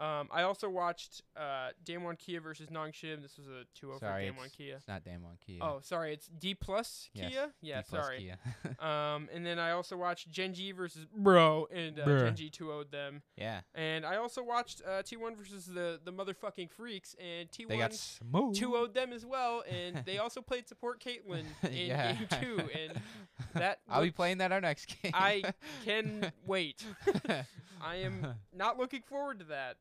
[SPEAKER 2] Um, I also watched uh, Damwon Kia versus Nongshim. This was a 2-0 for
[SPEAKER 1] Sorry,
[SPEAKER 2] Damwon Kia.
[SPEAKER 1] It's not Damwon Kia.
[SPEAKER 2] Oh, sorry, it's D plus
[SPEAKER 1] Yes,
[SPEAKER 2] Kia. Yeah,
[SPEAKER 1] D plus
[SPEAKER 2] sorry.
[SPEAKER 1] Kia.
[SPEAKER 2] Um, and then I also watched Genji versus Bro, and uh,
[SPEAKER 1] Bruh.
[SPEAKER 2] Genji 2 0'd them.
[SPEAKER 1] yeah.
[SPEAKER 2] And I also watched uh, T1 versus the, the motherfucking Freaks, and
[SPEAKER 1] They got
[SPEAKER 2] T1
[SPEAKER 1] smooth.
[SPEAKER 2] 2 0'd them as well. And they also played support Caitlyn in
[SPEAKER 1] yeah.
[SPEAKER 2] game two. And that
[SPEAKER 1] I'll be
[SPEAKER 2] looked-
[SPEAKER 1] playing that our next game.
[SPEAKER 2] I can wait. I am not looking forward to that.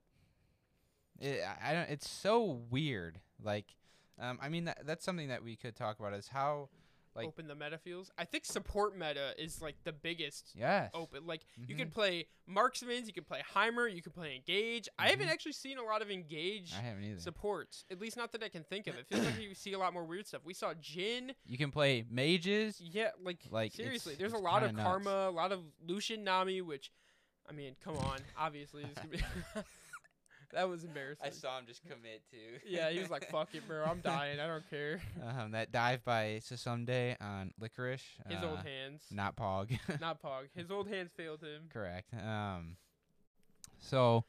[SPEAKER 1] It, I- I don't. It's so weird. Like, um, I mean, that, that's something that we could talk about is how, like-
[SPEAKER 2] open the meta fields. I think support meta is like the biggest
[SPEAKER 1] yes, Mm-hmm.
[SPEAKER 2] open. Like you can play marksmans, you can play Heimer, you can play engage. I haven't
[SPEAKER 1] Mhm.
[SPEAKER 2] actually seen a lot of engage
[SPEAKER 1] I haven't either.
[SPEAKER 2] supports, at least not that I can think of. It feels like you see a lot more weird stuff. We saw Jin.
[SPEAKER 1] you can play mages.
[SPEAKER 2] Yeah, like,
[SPEAKER 1] Like,
[SPEAKER 2] seriously,
[SPEAKER 1] it's-
[SPEAKER 2] there's a
[SPEAKER 1] it's
[SPEAKER 2] lot of
[SPEAKER 1] kinda nuts.
[SPEAKER 2] karma, a lot of Lucian Nami, which, I mean, come on, obviously this could be. that was embarrassing.
[SPEAKER 1] saw him just commit to.
[SPEAKER 2] yeah, he was like, "Fuck it, bro, I'm dying. I don't care."
[SPEAKER 1] Um, that dive by Sasumde on Licorice.
[SPEAKER 2] His
[SPEAKER 1] uh,
[SPEAKER 2] old hands,
[SPEAKER 1] Not Pog.
[SPEAKER 2] not Pog. His old hands failed him.
[SPEAKER 1] Correct. Um, so,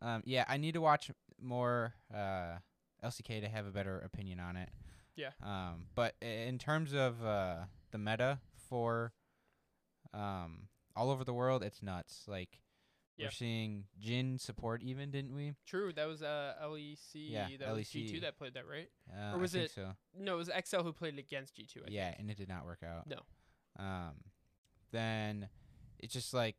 [SPEAKER 1] um, yeah, I need to watch more uh, LCK to have a better opinion on it.
[SPEAKER 2] Yeah.
[SPEAKER 1] Um, but i- in terms of uh, the meta for um, all over the world, it's nuts. Like,
[SPEAKER 2] Yeah.
[SPEAKER 1] we're seeing Jin support even, didn't we?
[SPEAKER 2] True, that was uh
[SPEAKER 1] E
[SPEAKER 2] LEC. that was G
[SPEAKER 1] LEC.
[SPEAKER 2] two that played that, right?
[SPEAKER 1] Uh,
[SPEAKER 2] Or was
[SPEAKER 1] I think
[SPEAKER 2] it-
[SPEAKER 1] so?
[SPEAKER 2] E No, it was XL who played against G two.
[SPEAKER 1] Yeah, and it did not work out.
[SPEAKER 2] No.
[SPEAKER 1] Um, then it's just like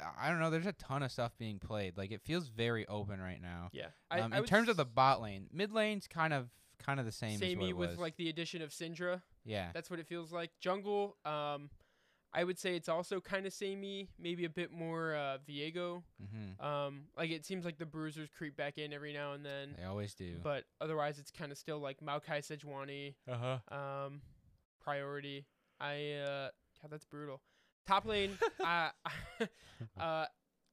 [SPEAKER 1] I I don't know. There's a ton of stuff being played. Like it feels very open right now.
[SPEAKER 2] yeah. I,
[SPEAKER 1] Um,
[SPEAKER 2] I
[SPEAKER 1] in
[SPEAKER 2] would
[SPEAKER 1] terms of the
[SPEAKER 2] s-
[SPEAKER 1] bot lane, mid lane's kind of kind of the same. as what
[SPEAKER 2] samey
[SPEAKER 1] it
[SPEAKER 2] with
[SPEAKER 1] was.
[SPEAKER 2] like the addition of Syndra.
[SPEAKER 1] yeah,
[SPEAKER 2] That's what it feels like. Jungle, um, I would say it's also kind of samey, maybe a bit more uh, Viego.
[SPEAKER 1] hmm
[SPEAKER 2] Um, like it seems like the Bruisers creep back in every now and then,
[SPEAKER 1] they always do.
[SPEAKER 2] but otherwise it's kind of still like Maokai Sejuani,
[SPEAKER 1] Uh huh.
[SPEAKER 2] um, priority. I uh, God, that's brutal. Top lane, uh, uh,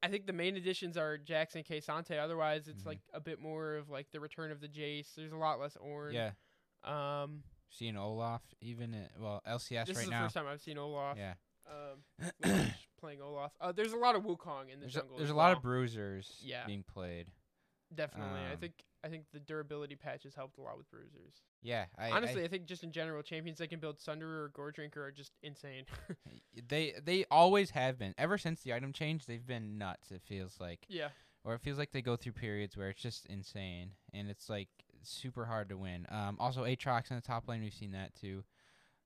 [SPEAKER 2] I think the main additions are Jackson K Sante. Otherwise, it's
[SPEAKER 1] Mhm.
[SPEAKER 2] like a bit more of like the return of the Jace. There's a lot less Orn.
[SPEAKER 1] Yeah,
[SPEAKER 2] Um,
[SPEAKER 1] seeing Olaf even at, well LCS
[SPEAKER 2] this
[SPEAKER 1] right
[SPEAKER 2] is the
[SPEAKER 1] now.
[SPEAKER 2] first time I've seen Olaf.
[SPEAKER 1] yeah,
[SPEAKER 2] Um, Lelouch playing Olaf. Uh, there's a lot of Wukong in the
[SPEAKER 1] there's a,
[SPEAKER 2] jungle.
[SPEAKER 1] there's
[SPEAKER 2] as
[SPEAKER 1] a lot
[SPEAKER 2] well.
[SPEAKER 1] of bruisers
[SPEAKER 2] Yeah.
[SPEAKER 1] being played.
[SPEAKER 2] Definitely, I
[SPEAKER 1] Um,
[SPEAKER 2] think I think the durability patches helped a lot with bruisers.
[SPEAKER 1] Yeah, I, I-
[SPEAKER 2] Honestly, I, think just in general, champions that can build Sunderer or Gore Drinker are just insane.
[SPEAKER 1] they they always have been ever since the item change. They've been nuts. It feels like.
[SPEAKER 2] yeah,
[SPEAKER 1] or it feels like they go through periods where it's just insane and it's like super hard to win. Um, also Aatrox in the top lane, we've seen that too.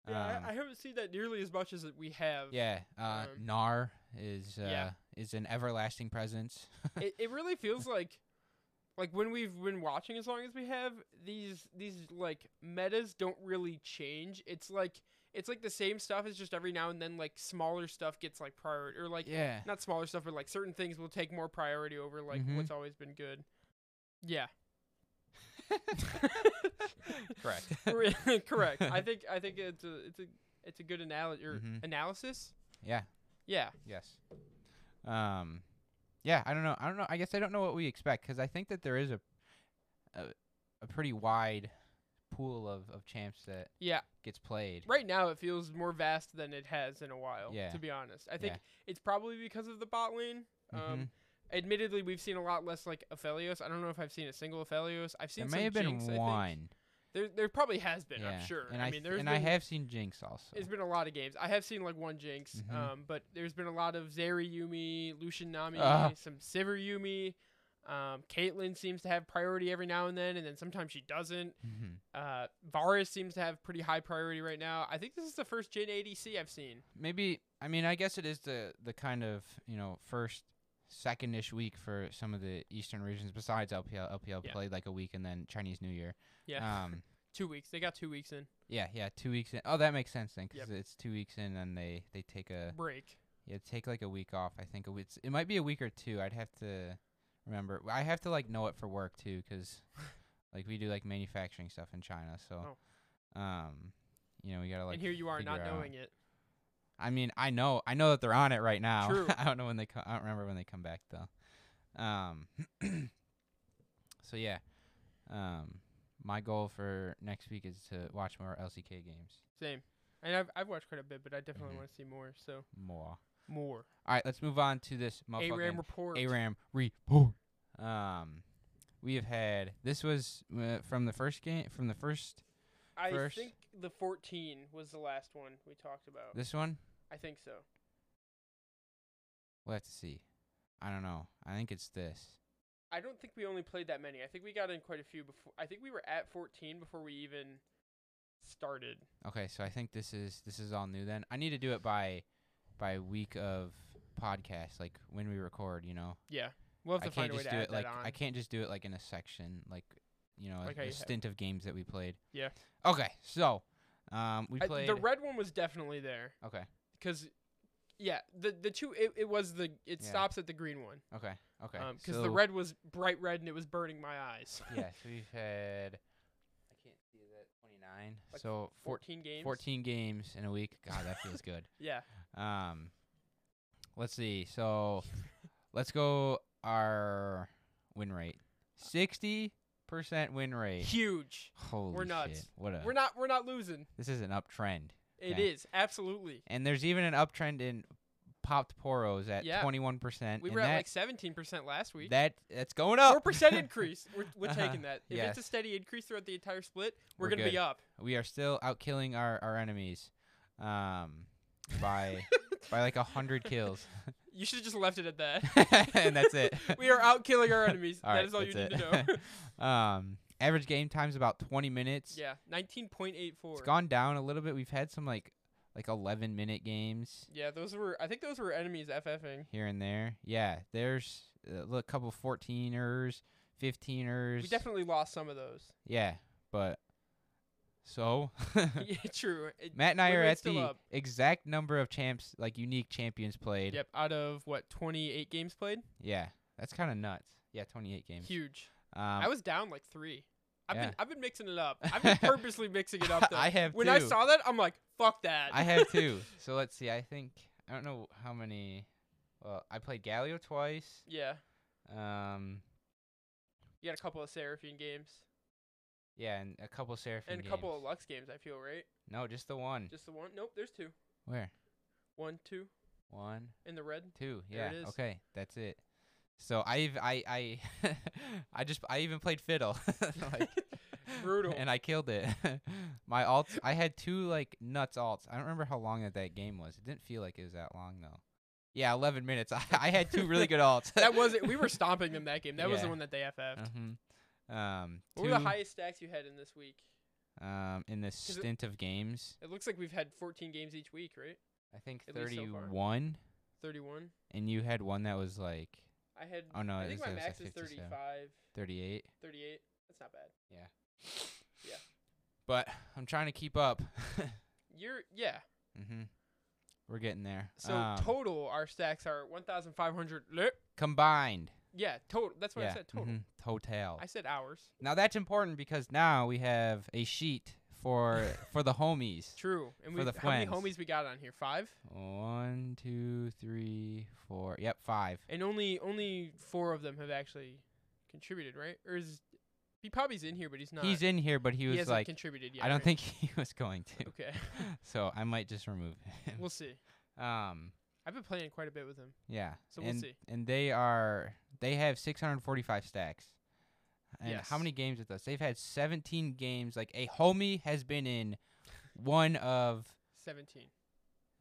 [SPEAKER 2] yeah.
[SPEAKER 1] Um,
[SPEAKER 2] I, I haven't seen that nearly as much as we have.
[SPEAKER 1] yeah. Uh,
[SPEAKER 2] um,
[SPEAKER 1] Gnar is uh,
[SPEAKER 2] yeah.
[SPEAKER 1] is an everlasting presence.
[SPEAKER 2] it, it really feels like like when we've been watching as long as we have these these like metas don't really change it's like it's like the same stuff it's just every now and then like smaller stuff gets like priority or like
[SPEAKER 1] yeah,
[SPEAKER 2] not smaller stuff but like certain things will take more priority over like
[SPEAKER 1] Mhm.
[SPEAKER 2] what's always been good yeah
[SPEAKER 1] correct.
[SPEAKER 2] Re- correct i think i think it's a it's a it's a good analogy or
[SPEAKER 1] Mhm.
[SPEAKER 2] analysis
[SPEAKER 1] yeah.
[SPEAKER 2] yeah
[SPEAKER 1] Yes. Um, yeah. I don't know. I don't know. I guess I don't know what we expect because I think that there is a, a a pretty wide pool of of champs that
[SPEAKER 2] Yeah.
[SPEAKER 1] gets played.
[SPEAKER 2] right now it feels more vast than it has in a while
[SPEAKER 1] Yeah.
[SPEAKER 2] to be honest i think
[SPEAKER 1] Yeah.
[SPEAKER 2] it's probably because of the bot lane um,
[SPEAKER 1] Mm-hmm.
[SPEAKER 2] admittedly we've seen a lot less like aphelios i don't know if i've seen a single aphelios i've
[SPEAKER 1] there
[SPEAKER 2] seen
[SPEAKER 1] may have
[SPEAKER 2] some
[SPEAKER 1] been
[SPEAKER 2] Jinx, I think.
[SPEAKER 1] one.
[SPEAKER 2] there, there probably has been i'm sure
[SPEAKER 1] And
[SPEAKER 2] i,
[SPEAKER 1] I
[SPEAKER 2] mean
[SPEAKER 1] th-
[SPEAKER 2] there's
[SPEAKER 1] and
[SPEAKER 2] been,
[SPEAKER 1] I have seen Jinx also.
[SPEAKER 2] it's been a lot of games i have seen like one jinx
[SPEAKER 1] Mhm.
[SPEAKER 2] um, but there's been a lot of zeri yumi lucian nami
[SPEAKER 1] Ah.
[SPEAKER 2] some sivir yumi um, Caitlyn seems to have priority every now and then, and then sometimes she doesn't.
[SPEAKER 1] Mhm.
[SPEAKER 2] Uh, Varus seems to have pretty high priority right now. I think this is the first Jin ADC I've seen.
[SPEAKER 1] Maybe I mean I guess it is the the kind of you know first second-ish week for some of the eastern regions besides LPL. LPL
[SPEAKER 2] Yeah.
[SPEAKER 1] played like a week and then Chinese New Year.
[SPEAKER 2] Yeah.
[SPEAKER 1] Um,
[SPEAKER 2] two weeks. They got two weeks in
[SPEAKER 1] yeah, yeah, two weeks in. Oh, that makes sense then 'cause
[SPEAKER 2] Yep.
[SPEAKER 1] it's two weeks in and they they take a
[SPEAKER 2] break.
[SPEAKER 1] yeah take like a week off. I think a week. It might be a week or two. I'd have to remember. I have to like know it for work too 'cause like we do like manufacturing stuff in China. So, um, you know we gotta like.
[SPEAKER 2] Oh. and here you are not
[SPEAKER 1] figure out-
[SPEAKER 2] knowing it.
[SPEAKER 1] I mean, I know, I know that they're on it right now.
[SPEAKER 2] True.
[SPEAKER 1] I don't know when they come. I don't remember when they come back though. Um. so yeah, um, my goal for next week is to watch more LCK games.
[SPEAKER 2] Same. And I've I've watched quite a bit, but I definitely
[SPEAKER 1] Mhm.
[SPEAKER 2] want to see more. So
[SPEAKER 1] More.
[SPEAKER 2] more.
[SPEAKER 1] All right, let's move on to this
[SPEAKER 2] ARAM
[SPEAKER 1] motherfucking
[SPEAKER 2] report.
[SPEAKER 1] ARAM report. Um, we have had this was uh, from the first game from the first
[SPEAKER 2] I
[SPEAKER 1] first.
[SPEAKER 2] think the 14 was the last one we talked about.
[SPEAKER 1] this one.
[SPEAKER 2] I think so.
[SPEAKER 1] We'll have to see. I don't know. I think it's this.
[SPEAKER 2] I don't think we only played that many. I think we got in quite a few before. I think we were at 14 before we even started.
[SPEAKER 1] Okay, so I think this is this is all new then. I need to do it by by week of podcast, like when we record, you know.
[SPEAKER 2] Yeah. We'll have
[SPEAKER 1] I
[SPEAKER 2] to
[SPEAKER 1] can't
[SPEAKER 2] find a way
[SPEAKER 1] just
[SPEAKER 2] to
[SPEAKER 1] do
[SPEAKER 2] add
[SPEAKER 1] it
[SPEAKER 2] that
[SPEAKER 1] like
[SPEAKER 2] on.
[SPEAKER 1] I can't just do it like in a section, like you know,
[SPEAKER 2] Like how
[SPEAKER 1] a,
[SPEAKER 2] you
[SPEAKER 1] a
[SPEAKER 2] have-
[SPEAKER 1] stint of games that we played.
[SPEAKER 2] Yeah.
[SPEAKER 1] Okay, so um, we
[SPEAKER 2] I-
[SPEAKER 1] played.
[SPEAKER 2] the red one was definitely there
[SPEAKER 1] okay,
[SPEAKER 2] because, yeah, the the two it, it was the it
[SPEAKER 1] Yeah.
[SPEAKER 2] stops at the green one
[SPEAKER 1] okay, okay.
[SPEAKER 2] because Um, the
[SPEAKER 1] so-
[SPEAKER 2] red was bright red and it was burning my eyes.
[SPEAKER 1] yes, we've had. I can't see that. Twenty nine.
[SPEAKER 2] Like
[SPEAKER 1] so four,
[SPEAKER 2] fourteen games.
[SPEAKER 1] 14 games in a week. God, that feels good.
[SPEAKER 2] Yeah.
[SPEAKER 1] Um, let's see. So, let's go. Our win rate, sixty percent win rate.
[SPEAKER 2] Huge.
[SPEAKER 1] Holy shit!
[SPEAKER 2] nuts.
[SPEAKER 1] What a
[SPEAKER 2] We're not we're not losing.
[SPEAKER 1] this is an uptrend.
[SPEAKER 2] It is
[SPEAKER 1] Okay.
[SPEAKER 2] absolutely.
[SPEAKER 1] And there's even an uptrend in popped poros at
[SPEAKER 2] Yeah.
[SPEAKER 1] 21%.
[SPEAKER 2] We
[SPEAKER 1] and
[SPEAKER 2] were
[SPEAKER 1] that,
[SPEAKER 2] at like seventeen percent last week.
[SPEAKER 1] that that's going up.
[SPEAKER 2] Four percent increase. We're, we're
[SPEAKER 1] Uh-huh.
[SPEAKER 2] taking that. If
[SPEAKER 1] Yes.
[SPEAKER 2] it's a steady increase throughout the entire split, we're,
[SPEAKER 1] We're
[SPEAKER 2] gonna
[SPEAKER 1] good.
[SPEAKER 2] be up.
[SPEAKER 1] we are still out killing our, our enemies um by by like a 100 kills.
[SPEAKER 2] You should have just left it at that.
[SPEAKER 1] And that's it.
[SPEAKER 2] we are out killing our enemies.
[SPEAKER 1] All right,
[SPEAKER 2] that is all you
[SPEAKER 1] that's
[SPEAKER 2] need to
[SPEAKER 1] it.
[SPEAKER 2] know.
[SPEAKER 1] um average game time's about 20 minutes.
[SPEAKER 2] yeah, nineteen point eight four.
[SPEAKER 1] It's gone down a little bit. We've had some like like 11 minute games
[SPEAKER 2] Yeah, those were. I think those were enemies ffing.
[SPEAKER 1] here and there. Yeah, there's uh, a couple 14ers, 15ers.
[SPEAKER 2] We definitely lost some of those.
[SPEAKER 1] Yeah, but so
[SPEAKER 2] yeah, true. It-
[SPEAKER 1] Matt and I
[SPEAKER 2] win
[SPEAKER 1] are
[SPEAKER 2] rate's
[SPEAKER 1] at
[SPEAKER 2] still
[SPEAKER 1] the
[SPEAKER 2] up.
[SPEAKER 1] exact number of champs, like unique champions played.
[SPEAKER 2] Yep. Out of what twenty eight games played,
[SPEAKER 1] Yeah, that's kind of nuts. Yeah, 28 games.
[SPEAKER 2] huge.
[SPEAKER 1] Um,
[SPEAKER 2] I was down like three. I've
[SPEAKER 1] yeah.
[SPEAKER 2] been I've been mixing it up. I've been purposely mixing it up. Though.
[SPEAKER 1] I have
[SPEAKER 2] when
[SPEAKER 1] two.
[SPEAKER 2] I saw that, I'm like, fuck that.
[SPEAKER 1] I have two. So let's see. I think I don't know how many. Well, I played Galio twice.
[SPEAKER 2] yeah,
[SPEAKER 1] Um,
[SPEAKER 2] you got a couple of Seraphine games
[SPEAKER 1] yeah, and a couple Seraphim
[SPEAKER 2] and a
[SPEAKER 1] games.
[SPEAKER 2] couple of Lux games. I feel right.
[SPEAKER 1] No, just the one.
[SPEAKER 2] Just the one. Nope. There's two.
[SPEAKER 1] Where?
[SPEAKER 2] One, two
[SPEAKER 1] One,
[SPEAKER 2] in the red.
[SPEAKER 1] two.
[SPEAKER 2] There
[SPEAKER 1] Yeah.
[SPEAKER 2] it is.
[SPEAKER 1] Okay, that's it. So I've I I I just I even played fiddle. like,
[SPEAKER 2] Brutal.
[SPEAKER 1] And I killed it. My alts, I had two like nuts alts. I don't remember how long that that game was. It didn't feel like it was that long though. Yeah, 11 minutes. I, I had two really good alts.
[SPEAKER 2] That was it. We were stomping them that game. That was the
[SPEAKER 1] Yeah.
[SPEAKER 2] one that they FF'd.
[SPEAKER 1] hmm Um,
[SPEAKER 2] what
[SPEAKER 1] two,
[SPEAKER 2] were the highest stacks you had in this week?
[SPEAKER 1] um, in this
[SPEAKER 2] 'Cause it-
[SPEAKER 1] stint of games,
[SPEAKER 2] It looks like we've had 14 games each week, right?
[SPEAKER 1] I think
[SPEAKER 2] At least so far.
[SPEAKER 1] 31,
[SPEAKER 2] 31.
[SPEAKER 1] and you had one that was like
[SPEAKER 2] I had.
[SPEAKER 1] Oh, no,
[SPEAKER 2] I
[SPEAKER 1] it
[SPEAKER 2] think
[SPEAKER 1] was-
[SPEAKER 2] my
[SPEAKER 1] it was
[SPEAKER 2] max
[SPEAKER 1] like
[SPEAKER 2] is
[SPEAKER 1] 57.
[SPEAKER 2] 35,
[SPEAKER 1] 38.
[SPEAKER 2] 38. That's not bad. Yeah.
[SPEAKER 1] But I'm trying to keep up.
[SPEAKER 2] You're yeah.
[SPEAKER 1] hmm We're getting there.
[SPEAKER 2] So
[SPEAKER 1] Um,
[SPEAKER 2] total, our stacks are 1,500. le-
[SPEAKER 1] combined.
[SPEAKER 2] Yeah, total. That's what
[SPEAKER 1] yeah.
[SPEAKER 2] I said. Total.
[SPEAKER 1] mhm, Total.
[SPEAKER 2] I said hours.
[SPEAKER 1] Now that's important because now we have a sheet for for the homies.
[SPEAKER 2] True. And
[SPEAKER 1] For
[SPEAKER 2] we
[SPEAKER 1] the
[SPEAKER 2] how many
[SPEAKER 1] friends.
[SPEAKER 2] homies we got on here? Five.
[SPEAKER 1] One, two, three, four. Yep, five.
[SPEAKER 2] And only only four of them have actually contributed, right? Or is he probably's in here, but he's not.
[SPEAKER 1] He's in here, but he
[SPEAKER 2] he
[SPEAKER 1] was
[SPEAKER 2] hasn't
[SPEAKER 1] like,
[SPEAKER 2] contributed yet.
[SPEAKER 1] I don't
[SPEAKER 2] right?
[SPEAKER 1] think he was going to.
[SPEAKER 2] Okay,
[SPEAKER 1] so I might just remove him.
[SPEAKER 2] we'll see.
[SPEAKER 1] um,
[SPEAKER 2] I've been playing quite a bit with him.
[SPEAKER 1] yeah.
[SPEAKER 2] So we'll
[SPEAKER 1] and,
[SPEAKER 2] see.
[SPEAKER 1] And they are they have 645 stacks. And how
[SPEAKER 2] Yes.
[SPEAKER 1] many games with us? They've had 17 games. Like a homie has been in one of
[SPEAKER 2] Seventeen.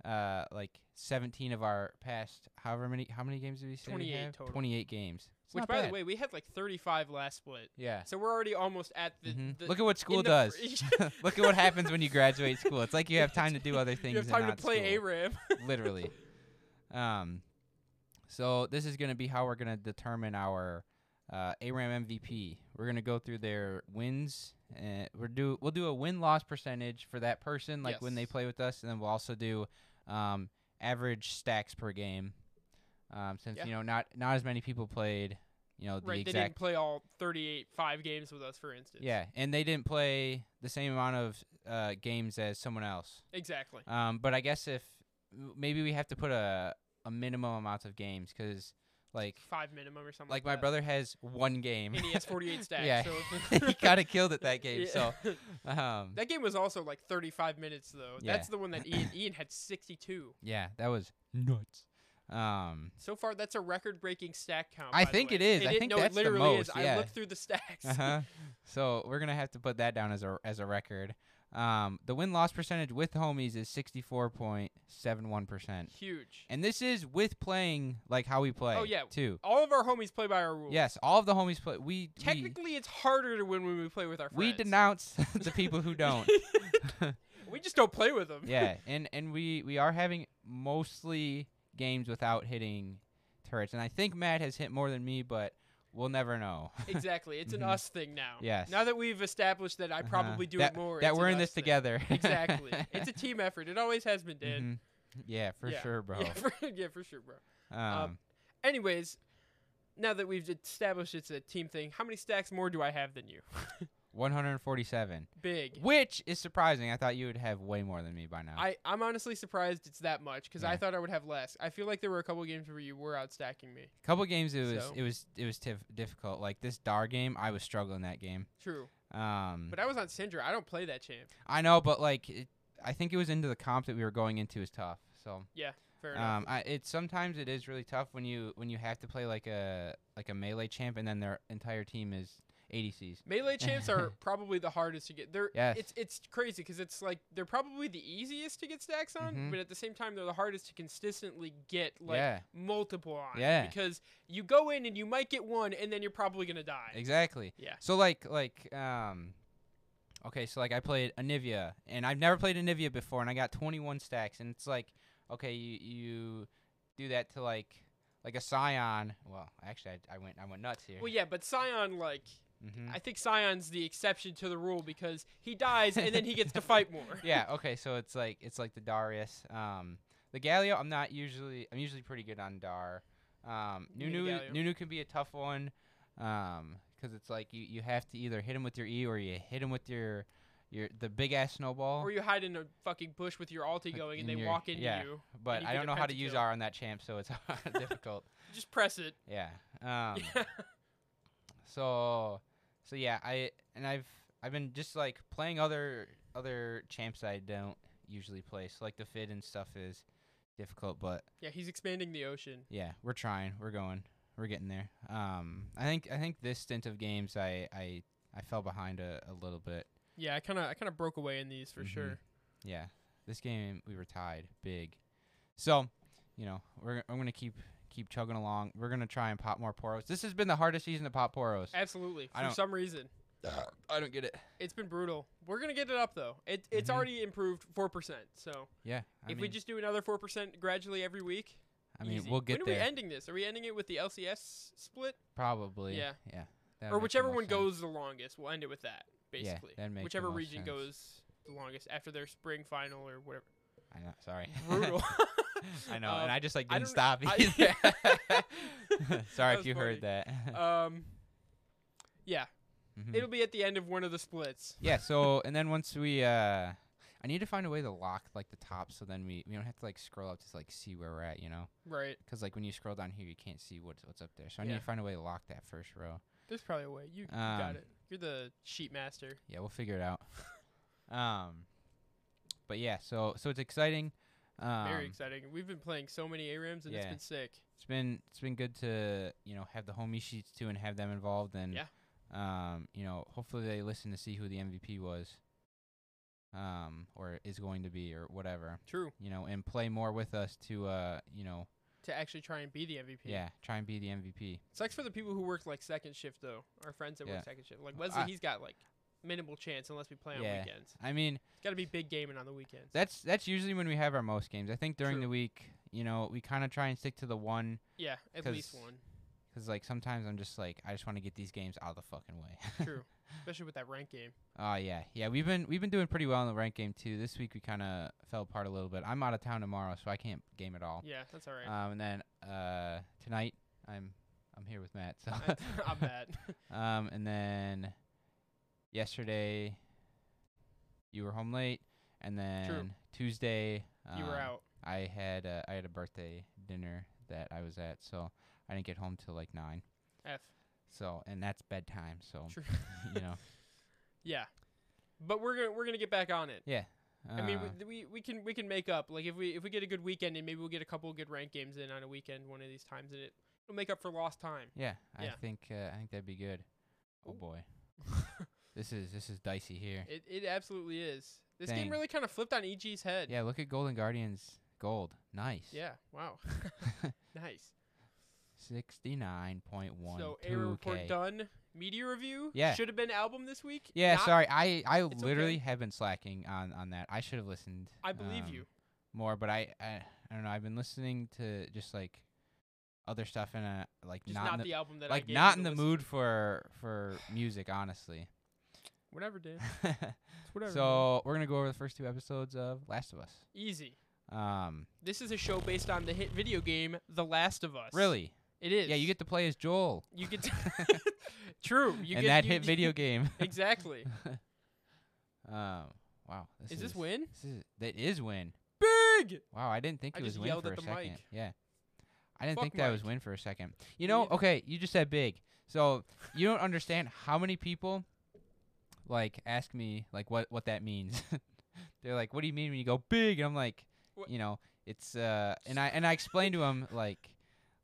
[SPEAKER 1] uh like 17 of our past however many how many games did we say we
[SPEAKER 2] 28
[SPEAKER 1] have?
[SPEAKER 2] total.
[SPEAKER 1] 28 games It's
[SPEAKER 2] Which,
[SPEAKER 1] not
[SPEAKER 2] by
[SPEAKER 1] bad.
[SPEAKER 2] the way, we had like 35 last split.
[SPEAKER 1] yeah
[SPEAKER 2] So we're already almost at the.
[SPEAKER 1] Mhm.
[SPEAKER 2] the
[SPEAKER 1] look at what school
[SPEAKER 2] the
[SPEAKER 1] does
[SPEAKER 2] fr-
[SPEAKER 1] look at what happens when you graduate school it's like you have time to do other things
[SPEAKER 2] you have
[SPEAKER 1] and
[SPEAKER 2] time to
[SPEAKER 1] not
[SPEAKER 2] play
[SPEAKER 1] school.
[SPEAKER 2] ARAM.
[SPEAKER 1] literally um so this is going to be how we're going to determine our uh, aram mvp we're going to go through their wins and we're do we'll do a win loss percentage for that person like when they
[SPEAKER 2] Yes.
[SPEAKER 1] play with us and then we'll also do um average stacks per game um since
[SPEAKER 2] Yeah.
[SPEAKER 1] you know not not as many people played you know the
[SPEAKER 2] right, they didn't
[SPEAKER 1] exact
[SPEAKER 2] play all 38 five games with us, for instance.
[SPEAKER 1] yeah and they didn't play the same amount of uh games as someone else
[SPEAKER 2] Exactly.
[SPEAKER 1] um, but I guess if m- maybe we have to put a a minimum amount of games 'cause like
[SPEAKER 2] Five minimum or something.
[SPEAKER 1] like
[SPEAKER 2] Like,
[SPEAKER 1] my
[SPEAKER 2] that.
[SPEAKER 1] brother has one game.
[SPEAKER 2] And he has 48 stacks.
[SPEAKER 1] yeah,
[SPEAKER 2] So
[SPEAKER 1] he kind of killed at that game.
[SPEAKER 2] Yeah.
[SPEAKER 1] So um,
[SPEAKER 2] that game was also like 35 minutes though.
[SPEAKER 1] Yeah.
[SPEAKER 2] That's the one that Ian Ian had 62.
[SPEAKER 1] yeah, that was nuts. Um,
[SPEAKER 2] So far, that's a record-breaking stack count.
[SPEAKER 1] I
[SPEAKER 2] by the
[SPEAKER 1] think
[SPEAKER 2] way.
[SPEAKER 1] it is.
[SPEAKER 2] It
[SPEAKER 1] I
[SPEAKER 2] is-
[SPEAKER 1] think
[SPEAKER 2] no,
[SPEAKER 1] that's
[SPEAKER 2] it
[SPEAKER 1] the
[SPEAKER 2] literally is.
[SPEAKER 1] most,
[SPEAKER 2] I
[SPEAKER 1] yeah.
[SPEAKER 2] looked through the stacks.
[SPEAKER 1] uh-huh. so we're gonna have to put that down as a as a record. Um, the win loss percentage with homies is sixty four point seven one percent,
[SPEAKER 2] Huge.
[SPEAKER 1] and this is with playing like how we play.
[SPEAKER 2] Oh, yeah.
[SPEAKER 1] too.
[SPEAKER 2] All of our homies play by our rules.
[SPEAKER 1] Yes, all of the homies play. We we-
[SPEAKER 2] Technically, it's harder to win when we play with our friends.
[SPEAKER 1] we denounce the people who don't.
[SPEAKER 2] we just don't play with them.
[SPEAKER 1] yeah, and and we we are having mostly games without hitting hurts. And I think Matt has hit more than me, but we'll never know.
[SPEAKER 2] Exactly. It's an
[SPEAKER 1] Mhm.
[SPEAKER 2] us thing now.
[SPEAKER 1] Yes.
[SPEAKER 2] Now that we've established that I
[SPEAKER 1] Uh-huh.
[SPEAKER 2] probably do
[SPEAKER 1] that,
[SPEAKER 2] it more.
[SPEAKER 1] That
[SPEAKER 2] it's
[SPEAKER 1] we're
[SPEAKER 2] an
[SPEAKER 1] in
[SPEAKER 2] us
[SPEAKER 1] this
[SPEAKER 2] thing.
[SPEAKER 1] together.
[SPEAKER 2] exactly. It's a team effort. It always has been, Dan.
[SPEAKER 1] Mhm. Yeah, for
[SPEAKER 2] Yeah.
[SPEAKER 1] sure, Mm-hmm. bro.
[SPEAKER 2] Yeah, for, uh, yeah, for sure, bro.
[SPEAKER 1] Um,
[SPEAKER 2] Anyways, now that we've established it's a team thing, how many stacks more do I have than you?
[SPEAKER 1] 147,
[SPEAKER 2] Big.
[SPEAKER 1] which is surprising. I thought you would have way more than me by now.
[SPEAKER 2] I, I'm honestly surprised it's that much because I
[SPEAKER 1] Yeah.
[SPEAKER 2] thought I would have less. I feel like there were a couple games where you were outstacking me.
[SPEAKER 1] A couple games it was
[SPEAKER 2] So-
[SPEAKER 1] it was it was tif- difficult. Like this Dar game, I was struggling that game.
[SPEAKER 2] True.
[SPEAKER 1] Um,
[SPEAKER 2] But I was on Syndra. I don't play that champ.
[SPEAKER 1] I know, but like it, I think it was into the comp that we were going into is tough. So
[SPEAKER 2] Fair enough.
[SPEAKER 1] um, I, it sometimes it is really tough when you when you have to play like a like a melee champ and then their entire team is ADCs.
[SPEAKER 2] Melee champs are probably the hardest to get. They're
[SPEAKER 1] Yes.
[SPEAKER 2] it's it's crazy because it's like they're probably the easiest to get stacks on,
[SPEAKER 1] Mhm.
[SPEAKER 2] but at the same time they're the hardest to consistently get like
[SPEAKER 1] yeah,
[SPEAKER 2] multiple on.
[SPEAKER 1] Yeah.
[SPEAKER 2] Because you go in and you might get one, and then you're probably gonna die.
[SPEAKER 1] exactly.
[SPEAKER 2] Yeah.
[SPEAKER 1] So like like um, okay, so like I played Anivia and I've never played Anivia before and I got 21 stacks and it's like okay you you do that to like like a Scion. Well, actually I, I went I went nuts here.
[SPEAKER 2] Well, yeah, but Scion like
[SPEAKER 1] hmm
[SPEAKER 2] I think Scion's the exception to the rule because he dies and then he gets to fight more.
[SPEAKER 1] yeah. Okay. So it's like it's like the Darius. Um, the Galio. I'm not usually. I'm usually pretty good on Dar. Um,
[SPEAKER 2] Yeah, the
[SPEAKER 1] Nunu.
[SPEAKER 2] Galio.
[SPEAKER 1] Nunu can be a tough one. Um, because it's like you you have to either hit him with your E or you hit him with your your the big ass snowball.
[SPEAKER 2] Or you hide in a fucking bush with your ulti
[SPEAKER 1] Like,
[SPEAKER 2] going, and
[SPEAKER 1] in
[SPEAKER 2] they
[SPEAKER 1] your-
[SPEAKER 2] walk into
[SPEAKER 1] yeah.
[SPEAKER 2] you.
[SPEAKER 1] but
[SPEAKER 2] you
[SPEAKER 1] I
[SPEAKER 2] get
[SPEAKER 1] don't
[SPEAKER 2] a
[SPEAKER 1] know how to use
[SPEAKER 2] pentakill.
[SPEAKER 1] R on that champ, so it's difficult.
[SPEAKER 2] Just press it.
[SPEAKER 1] Yeah. Um.
[SPEAKER 2] Yeah.
[SPEAKER 1] So, so yeah, I and I've I've been just like playing other other champs I don't usually play. So like the fit and stuff is difficult, but
[SPEAKER 2] yeah, he's expanding the ocean.
[SPEAKER 1] yeah, we're trying, we're going, we're getting there. Um, I think I think this stint of games I I, I fell behind a, a little bit.
[SPEAKER 2] Yeah, I kind of I kind of broke away in these for
[SPEAKER 1] Mhm.
[SPEAKER 2] sure.
[SPEAKER 1] Yeah, this game we were tied big, so you know we're I'm gonna keep keep chugging along. We're gonna try and pop more poros. This has been the hardest season to pop poros.
[SPEAKER 2] Absolutely.
[SPEAKER 1] I
[SPEAKER 2] For
[SPEAKER 1] don't-
[SPEAKER 2] some reason,
[SPEAKER 1] I don't get it.
[SPEAKER 2] it's been brutal. We're gonna get it up though. It it's
[SPEAKER 1] Mhm.
[SPEAKER 2] already improved four percent. So
[SPEAKER 1] Yeah, I
[SPEAKER 2] if we
[SPEAKER 1] mean-
[SPEAKER 2] just do another four percent gradually every week,
[SPEAKER 1] I mean
[SPEAKER 2] easy.
[SPEAKER 1] we'll get
[SPEAKER 2] when
[SPEAKER 1] there.
[SPEAKER 2] are we ending this? Are we ending it with the LCS split
[SPEAKER 1] Probably.
[SPEAKER 2] Yeah.
[SPEAKER 1] Yeah. That
[SPEAKER 2] or
[SPEAKER 1] makes the
[SPEAKER 2] whichever
[SPEAKER 1] most
[SPEAKER 2] one
[SPEAKER 1] sense.
[SPEAKER 2] goes the longest? We'll end it with that
[SPEAKER 1] Yeah,
[SPEAKER 2] basically.
[SPEAKER 1] that'd make the
[SPEAKER 2] whichever
[SPEAKER 1] most
[SPEAKER 2] region
[SPEAKER 1] sense.
[SPEAKER 2] goes the longest after their spring final or whatever.
[SPEAKER 1] I know. Sorry.
[SPEAKER 2] Brutal. Um, Uh,
[SPEAKER 1] I know, and I just like
[SPEAKER 2] I
[SPEAKER 1] didn't
[SPEAKER 2] don't-
[SPEAKER 1] stop
[SPEAKER 2] I-
[SPEAKER 1] either.
[SPEAKER 2] That
[SPEAKER 1] sorry if
[SPEAKER 2] was
[SPEAKER 1] you
[SPEAKER 2] funny.
[SPEAKER 1] heard that.
[SPEAKER 2] um, yeah,
[SPEAKER 1] Mhm.
[SPEAKER 2] it'll be at the end of one of the splits.
[SPEAKER 1] yeah. So and then once we, uh I need to find a way to lock like the top, so then we we don't have to like scroll up to like see where we're at, you know?
[SPEAKER 2] Right.
[SPEAKER 1] 'Cause like when you scroll down here, you can't see what's what's up there. So I
[SPEAKER 2] Yeah.
[SPEAKER 1] need to find a way to lock that first row.
[SPEAKER 2] There's probably a way. You, you got
[SPEAKER 1] Um,
[SPEAKER 2] it. You're the sheet master.
[SPEAKER 1] Yeah, we'll figure it out. um, but yeah, so so it's exciting. Um,
[SPEAKER 2] Very exciting. We've been playing so many ARAMs and it's
[SPEAKER 1] yeah.
[SPEAKER 2] been sick.
[SPEAKER 1] it's been it's been good to you know have the homie sheets too and have them involved and
[SPEAKER 2] Yeah.
[SPEAKER 1] um you know hopefully they listen to see who the MVP was um or is going to be or whatever
[SPEAKER 2] True.
[SPEAKER 1] you know and play more with us to uh you know
[SPEAKER 2] To actually try and be the MVP.
[SPEAKER 1] yeah try and be the MVP
[SPEAKER 2] Sucks for the people who work like second shift though. Our friends that
[SPEAKER 1] Yeah.
[SPEAKER 2] work second shift. Like Wesley,
[SPEAKER 1] I-
[SPEAKER 2] he's got like minimal chance unless we play on
[SPEAKER 1] Yeah.
[SPEAKER 2] weekends.
[SPEAKER 1] I mean
[SPEAKER 2] It's got to be big gaming on the weekends.
[SPEAKER 1] that's that's usually when we have our most games I think during
[SPEAKER 2] True.
[SPEAKER 1] the week you know we kind of try and stick to the one
[SPEAKER 2] yeah, at least
[SPEAKER 1] 'cause-
[SPEAKER 2] one.
[SPEAKER 1] 'cause like sometimes I'm just like I just want to get these games out of the fucking way
[SPEAKER 2] True. Especially with that rank game.
[SPEAKER 1] Oh yeah, yeah. We've been we've been doing pretty well in the ranked game too. This week we kind of fell apart a little bit. I'm out of town tomorrow, so I can't game at all.
[SPEAKER 2] Yeah, that's all right.
[SPEAKER 1] Um, and then uh, tonight I'm I'm here with Matt. So
[SPEAKER 2] That's- I'm bad.
[SPEAKER 1] um, and then yesterday you were home late, and then Tuesday um,
[SPEAKER 2] you were out.
[SPEAKER 1] I had uh, I had a birthday dinner that I was at, so I didn't get home till like nine.
[SPEAKER 2] F.
[SPEAKER 1] So and that's bedtime. So
[SPEAKER 2] True.
[SPEAKER 1] you know,
[SPEAKER 2] Yeah. But we're gonna we're gonna get back on it.
[SPEAKER 1] yeah.
[SPEAKER 2] I mean,
[SPEAKER 1] uh,
[SPEAKER 2] we, we we can we can make up. Like if we if we get a good weekend and maybe we'll get a couple of good rank games in on a weekend one of these times, and it it'll make up for lost time.
[SPEAKER 1] Yeah, I
[SPEAKER 2] Yeah.
[SPEAKER 1] think uh, I think that'd be good. Oh
[SPEAKER 2] Ooh.
[SPEAKER 1] boy, this is this is dicey here.
[SPEAKER 2] it it absolutely is. This
[SPEAKER 1] Dang.
[SPEAKER 2] game really kind of flipped on EG's head.
[SPEAKER 1] Yeah, look at Golden Guardians gold. Nice.
[SPEAKER 2] Yeah. Wow. nice.
[SPEAKER 1] Sixty nine point one
[SPEAKER 2] so error
[SPEAKER 1] two
[SPEAKER 2] report
[SPEAKER 1] k.
[SPEAKER 2] done. Media review.
[SPEAKER 1] Yeah.
[SPEAKER 2] Should have been album this week.
[SPEAKER 1] Yeah,
[SPEAKER 2] Not-
[SPEAKER 1] sorry, I I
[SPEAKER 2] okay.
[SPEAKER 1] literally have been slacking on on that. I should have listened.
[SPEAKER 2] I believe
[SPEAKER 1] um,
[SPEAKER 2] you.
[SPEAKER 1] more, but I, I I don't know. I've been listening to just like other stuff and uh, like
[SPEAKER 2] Just
[SPEAKER 1] not,
[SPEAKER 2] not,
[SPEAKER 1] in the,
[SPEAKER 2] the album that I
[SPEAKER 1] like
[SPEAKER 2] gave
[SPEAKER 1] not
[SPEAKER 2] you
[SPEAKER 1] in
[SPEAKER 2] to
[SPEAKER 1] the
[SPEAKER 2] listen-
[SPEAKER 1] mood for for music, honestly.
[SPEAKER 2] Whatever, dude. It's whatever. man.
[SPEAKER 1] so we're gonna go over the first two episodes of Last of Us.
[SPEAKER 2] easy.
[SPEAKER 1] Um,
[SPEAKER 2] This is a show based on the hit video game The Last of Us.
[SPEAKER 1] really?
[SPEAKER 2] It is.
[SPEAKER 1] Yeah, you get to play as Joel
[SPEAKER 2] You get. To True. You
[SPEAKER 1] in
[SPEAKER 2] get
[SPEAKER 1] that
[SPEAKER 2] you-
[SPEAKER 1] hit
[SPEAKER 2] you-
[SPEAKER 1] video game.
[SPEAKER 2] Exactly.
[SPEAKER 1] um, wow. This is,
[SPEAKER 2] Is this win?
[SPEAKER 1] This is that is win.
[SPEAKER 2] Big.
[SPEAKER 1] Wow, I didn't think
[SPEAKER 2] I
[SPEAKER 1] it was
[SPEAKER 2] just
[SPEAKER 1] win
[SPEAKER 2] yelled
[SPEAKER 1] for
[SPEAKER 2] at
[SPEAKER 1] a
[SPEAKER 2] the
[SPEAKER 1] second.
[SPEAKER 2] mic.
[SPEAKER 1] Yeah. I didn't
[SPEAKER 2] Fuck
[SPEAKER 1] think that was
[SPEAKER 2] mic.
[SPEAKER 1] win for a second. You
[SPEAKER 2] Me
[SPEAKER 1] know,
[SPEAKER 2] neither.
[SPEAKER 1] okay, you just said big. So you don't understand how many people like ask me like what what that means. They're like, "What do you mean when you go big?" And I'm like,
[SPEAKER 2] What-
[SPEAKER 1] you know, it's uh and I and I explain to them like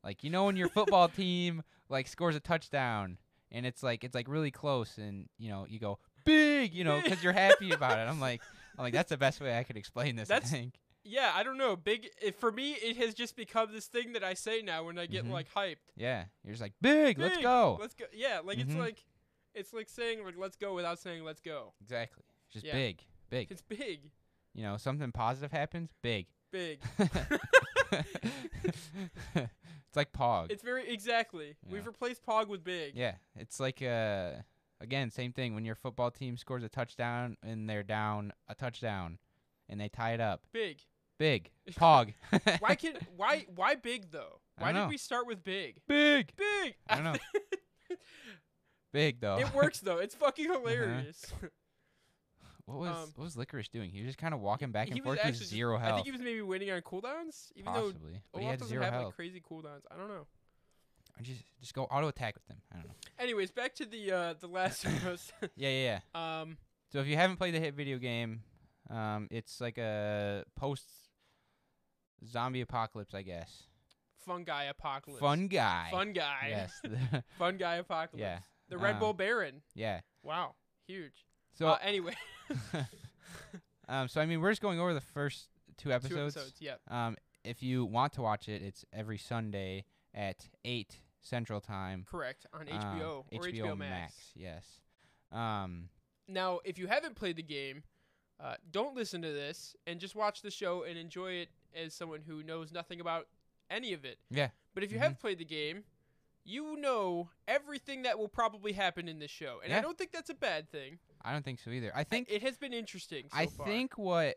[SPEAKER 1] like you know when your football team like scores a touchdown and it's like it's like really close and you know, you go big, you know, cuz you're happy about it. I'm like I'm like that's the best way I could explain this,
[SPEAKER 2] That's-
[SPEAKER 1] I think.
[SPEAKER 2] Yeah, I don't know. Big. It, for me, it has just become this thing that I say now when I get
[SPEAKER 1] Mhm.
[SPEAKER 2] like hyped.
[SPEAKER 1] Yeah, you're just like big. Let's
[SPEAKER 2] Big,
[SPEAKER 1] go.
[SPEAKER 2] Let's go. Yeah, like it's
[SPEAKER 1] Mhm.
[SPEAKER 2] like, it's like saying like let's go without saying let's go.
[SPEAKER 1] exactly. Just
[SPEAKER 2] Yeah.
[SPEAKER 1] big, big.
[SPEAKER 2] It's big,
[SPEAKER 1] You know, something positive happens, big.
[SPEAKER 2] big.
[SPEAKER 1] it's like pog.
[SPEAKER 2] It's very exactly. We've
[SPEAKER 1] Yeah.
[SPEAKER 2] replaced Pog with Big.
[SPEAKER 1] yeah, it's like uh, again, same thing. When your football team scores a touchdown and they're down a touchdown, and they tie it up,
[SPEAKER 2] Big.
[SPEAKER 1] big pog.
[SPEAKER 2] Why can why why Big though?
[SPEAKER 1] I
[SPEAKER 2] Why
[SPEAKER 1] dunno.
[SPEAKER 2] did we start with Big?
[SPEAKER 1] big?
[SPEAKER 2] Big.
[SPEAKER 1] I dunno. Big though. Uh-huh.
[SPEAKER 2] it works though. It's fucking hilarious.
[SPEAKER 1] what was
[SPEAKER 2] um,
[SPEAKER 1] what was licorice doing? He was just kind of walking back and
[SPEAKER 2] he was
[SPEAKER 1] forth with
[SPEAKER 2] actually just-
[SPEAKER 1] zero
[SPEAKER 2] I think
[SPEAKER 1] health,
[SPEAKER 2] he was maybe waiting on cooldowns, even though
[SPEAKER 1] possibly. But he
[SPEAKER 2] Olaf
[SPEAKER 1] had
[SPEAKER 2] doesn't
[SPEAKER 1] zero
[SPEAKER 2] have
[SPEAKER 1] health.
[SPEAKER 2] like crazy cooldowns. I don't know.
[SPEAKER 1] Or just just go auto attack with them. I don't know.
[SPEAKER 2] Anyways, back to the uh the last of us.
[SPEAKER 1] Yeah, yeah, yeah.
[SPEAKER 2] Um,
[SPEAKER 1] So if you haven't played the hit video game, um, it's like a post zombie apocalypse, I guess.
[SPEAKER 2] fungi apocalypse.
[SPEAKER 1] Fun guy.
[SPEAKER 2] Fun guy.
[SPEAKER 1] Yes.
[SPEAKER 2] Fun guy apocalypse.
[SPEAKER 1] Yeah,
[SPEAKER 2] The Red
[SPEAKER 1] um,
[SPEAKER 2] Bull Baron.
[SPEAKER 1] yeah.
[SPEAKER 2] Wow. Huge.
[SPEAKER 1] So
[SPEAKER 2] uh, anyway,
[SPEAKER 1] um, so I mean, we're just going over the first two episodes.
[SPEAKER 2] two episodes. Yeah.
[SPEAKER 1] Um, if you want to watch it, it's every Sunday at eight Central Time.
[SPEAKER 2] Correct on
[SPEAKER 1] um,
[SPEAKER 2] HBO or HBO, Max.
[SPEAKER 1] Yes. Um,
[SPEAKER 2] Now, if you haven't played the game, uh, don't listen to this and just watch the show and enjoy it as someone who knows nothing about any of it.
[SPEAKER 1] Yeah. Mm-hmm.
[SPEAKER 2] But if you have played the game, you know everything that will probably happen in this show, and I
[SPEAKER 1] Yeah.
[SPEAKER 2] don't think that's a bad thing.
[SPEAKER 1] I don't think so either. I
[SPEAKER 2] I-
[SPEAKER 1] think
[SPEAKER 2] it has been interesting. So
[SPEAKER 1] I
[SPEAKER 2] far.
[SPEAKER 1] think what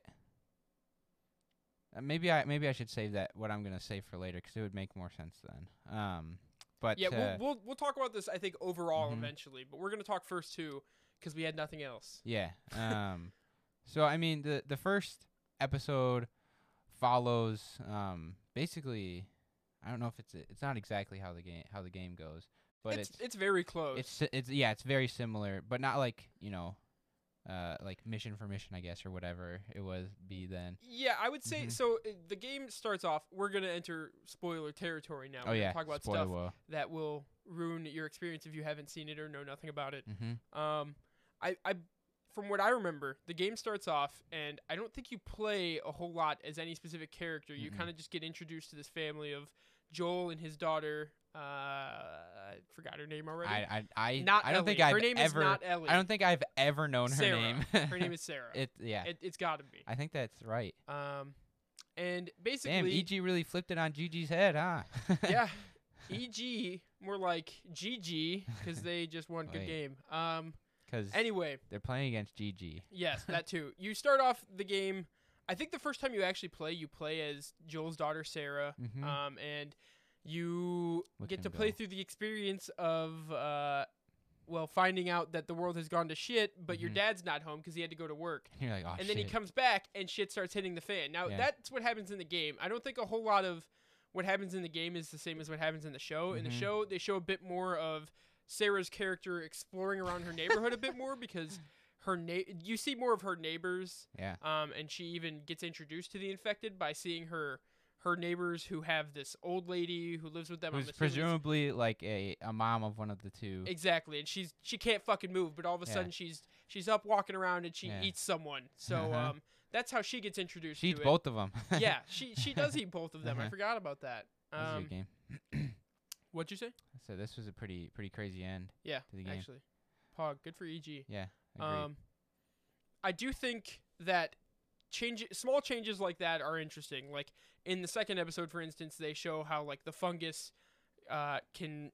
[SPEAKER 1] uh, maybe I maybe I should save that what I'm gonna say for later 'cause it would make more sense then. Um, but
[SPEAKER 2] Yeah,
[SPEAKER 1] uh,
[SPEAKER 2] we'll, we'll we'll talk about this. I think overall
[SPEAKER 1] Mhm.
[SPEAKER 2] eventually, but we're gonna talk first too because we had nothing else.
[SPEAKER 1] yeah. Um, so I mean the the first episode follows um basically I don't know if it's it's not exactly how the game how the game goes, but
[SPEAKER 2] it's,
[SPEAKER 1] it's
[SPEAKER 2] it's very close.
[SPEAKER 1] it's si- it's yeah it's very similar but not like you know uh like mission for mission I guess or whatever it was be then
[SPEAKER 2] Yeah, I would say
[SPEAKER 1] Mhm.
[SPEAKER 2] so. uh, The game starts off. We're gonna enter spoiler territory now.
[SPEAKER 1] oh
[SPEAKER 2] We're
[SPEAKER 1] yeah
[SPEAKER 2] gonna talk about
[SPEAKER 1] spoiler
[SPEAKER 2] stuff that will ruin your experience if you haven't seen it or know nothing about it.
[SPEAKER 1] mm-hmm.
[SPEAKER 2] Um, I, I, from what I remember, the game starts off, and I don't think you play a whole lot as any specific character. You
[SPEAKER 1] Mm-mm.
[SPEAKER 2] kind of just get introduced to this family of Joel and his daughter. Uh, I forgot her name already.
[SPEAKER 1] I I I,
[SPEAKER 2] not
[SPEAKER 1] I don't
[SPEAKER 2] Ellie.
[SPEAKER 1] think I've
[SPEAKER 2] her name
[SPEAKER 1] ever
[SPEAKER 2] is not Ellie.
[SPEAKER 1] I don't think I've ever known her
[SPEAKER 2] Sarah.
[SPEAKER 1] name.
[SPEAKER 2] her name is Sarah.
[SPEAKER 1] it yeah.
[SPEAKER 2] it, has got to be.
[SPEAKER 1] I think that's right.
[SPEAKER 2] Um, and
[SPEAKER 1] Damn, E
[SPEAKER 2] basically,
[SPEAKER 1] EG really flipped it on Gigi's head, huh?
[SPEAKER 2] yeah. EG more like GG because they just won good
[SPEAKER 1] Wait.
[SPEAKER 2] game. Um.
[SPEAKER 1] Cuz
[SPEAKER 2] Anyway,
[SPEAKER 1] they're playing against Gigi.
[SPEAKER 2] yes, that too. You start off the game. I think the first time you actually play, you play as Joel's daughter Sarah,
[SPEAKER 1] Mhm.
[SPEAKER 2] um, and you
[SPEAKER 1] Look
[SPEAKER 2] get
[SPEAKER 1] him
[SPEAKER 2] to play
[SPEAKER 1] go.
[SPEAKER 2] through the experience of, uh, well, finding out that the world has gone to shit, but your
[SPEAKER 1] Mhm.
[SPEAKER 2] dad's not home because he had to go to work.
[SPEAKER 1] And you're like, "Oh
[SPEAKER 2] and
[SPEAKER 1] shit."
[SPEAKER 2] then he comes back and shit starts hitting the fan. Now
[SPEAKER 1] Yeah.
[SPEAKER 2] that's what happens in the game. I don't think a whole lot of what happens in the game is the same as what happens in the show. In the
[SPEAKER 1] Mhm.
[SPEAKER 2] show, they show a bit more of Sarah's character exploring around her neighborhood a bit more because her na- you see more of her neighbors.
[SPEAKER 1] Yeah.
[SPEAKER 2] Um, and she even gets introduced to the infected by seeing her her neighbors who have this old lady who lives with them. I'm
[SPEAKER 1] Who's
[SPEAKER 2] assuming it's-
[SPEAKER 1] presumably like a, a mom of one of the two.
[SPEAKER 2] Exactly, and she's she can't fucking move, but all of a
[SPEAKER 1] Yeah.
[SPEAKER 2] sudden she's she's up walking around and she
[SPEAKER 1] Yeah.
[SPEAKER 2] eats someone. So
[SPEAKER 1] Uh-huh.
[SPEAKER 2] um, that's how she gets introduced.
[SPEAKER 1] She eats
[SPEAKER 2] to it.
[SPEAKER 1] both of them.
[SPEAKER 2] yeah, she she does eat both of them. I
[SPEAKER 1] Uh-huh.
[SPEAKER 2] forgot about that.
[SPEAKER 1] this is a
[SPEAKER 2] Um,
[SPEAKER 1] good game.
[SPEAKER 2] what'd you say?
[SPEAKER 1] So this was a pretty pretty crazy end.
[SPEAKER 2] Yeah,
[SPEAKER 1] the game.
[SPEAKER 2] actually, Pog, good for E EG.
[SPEAKER 1] Yeah. Agreed.
[SPEAKER 2] Um, I do think that change small changes like that are interesting. Like in the second episode, for instance, they show how like the fungus uh, can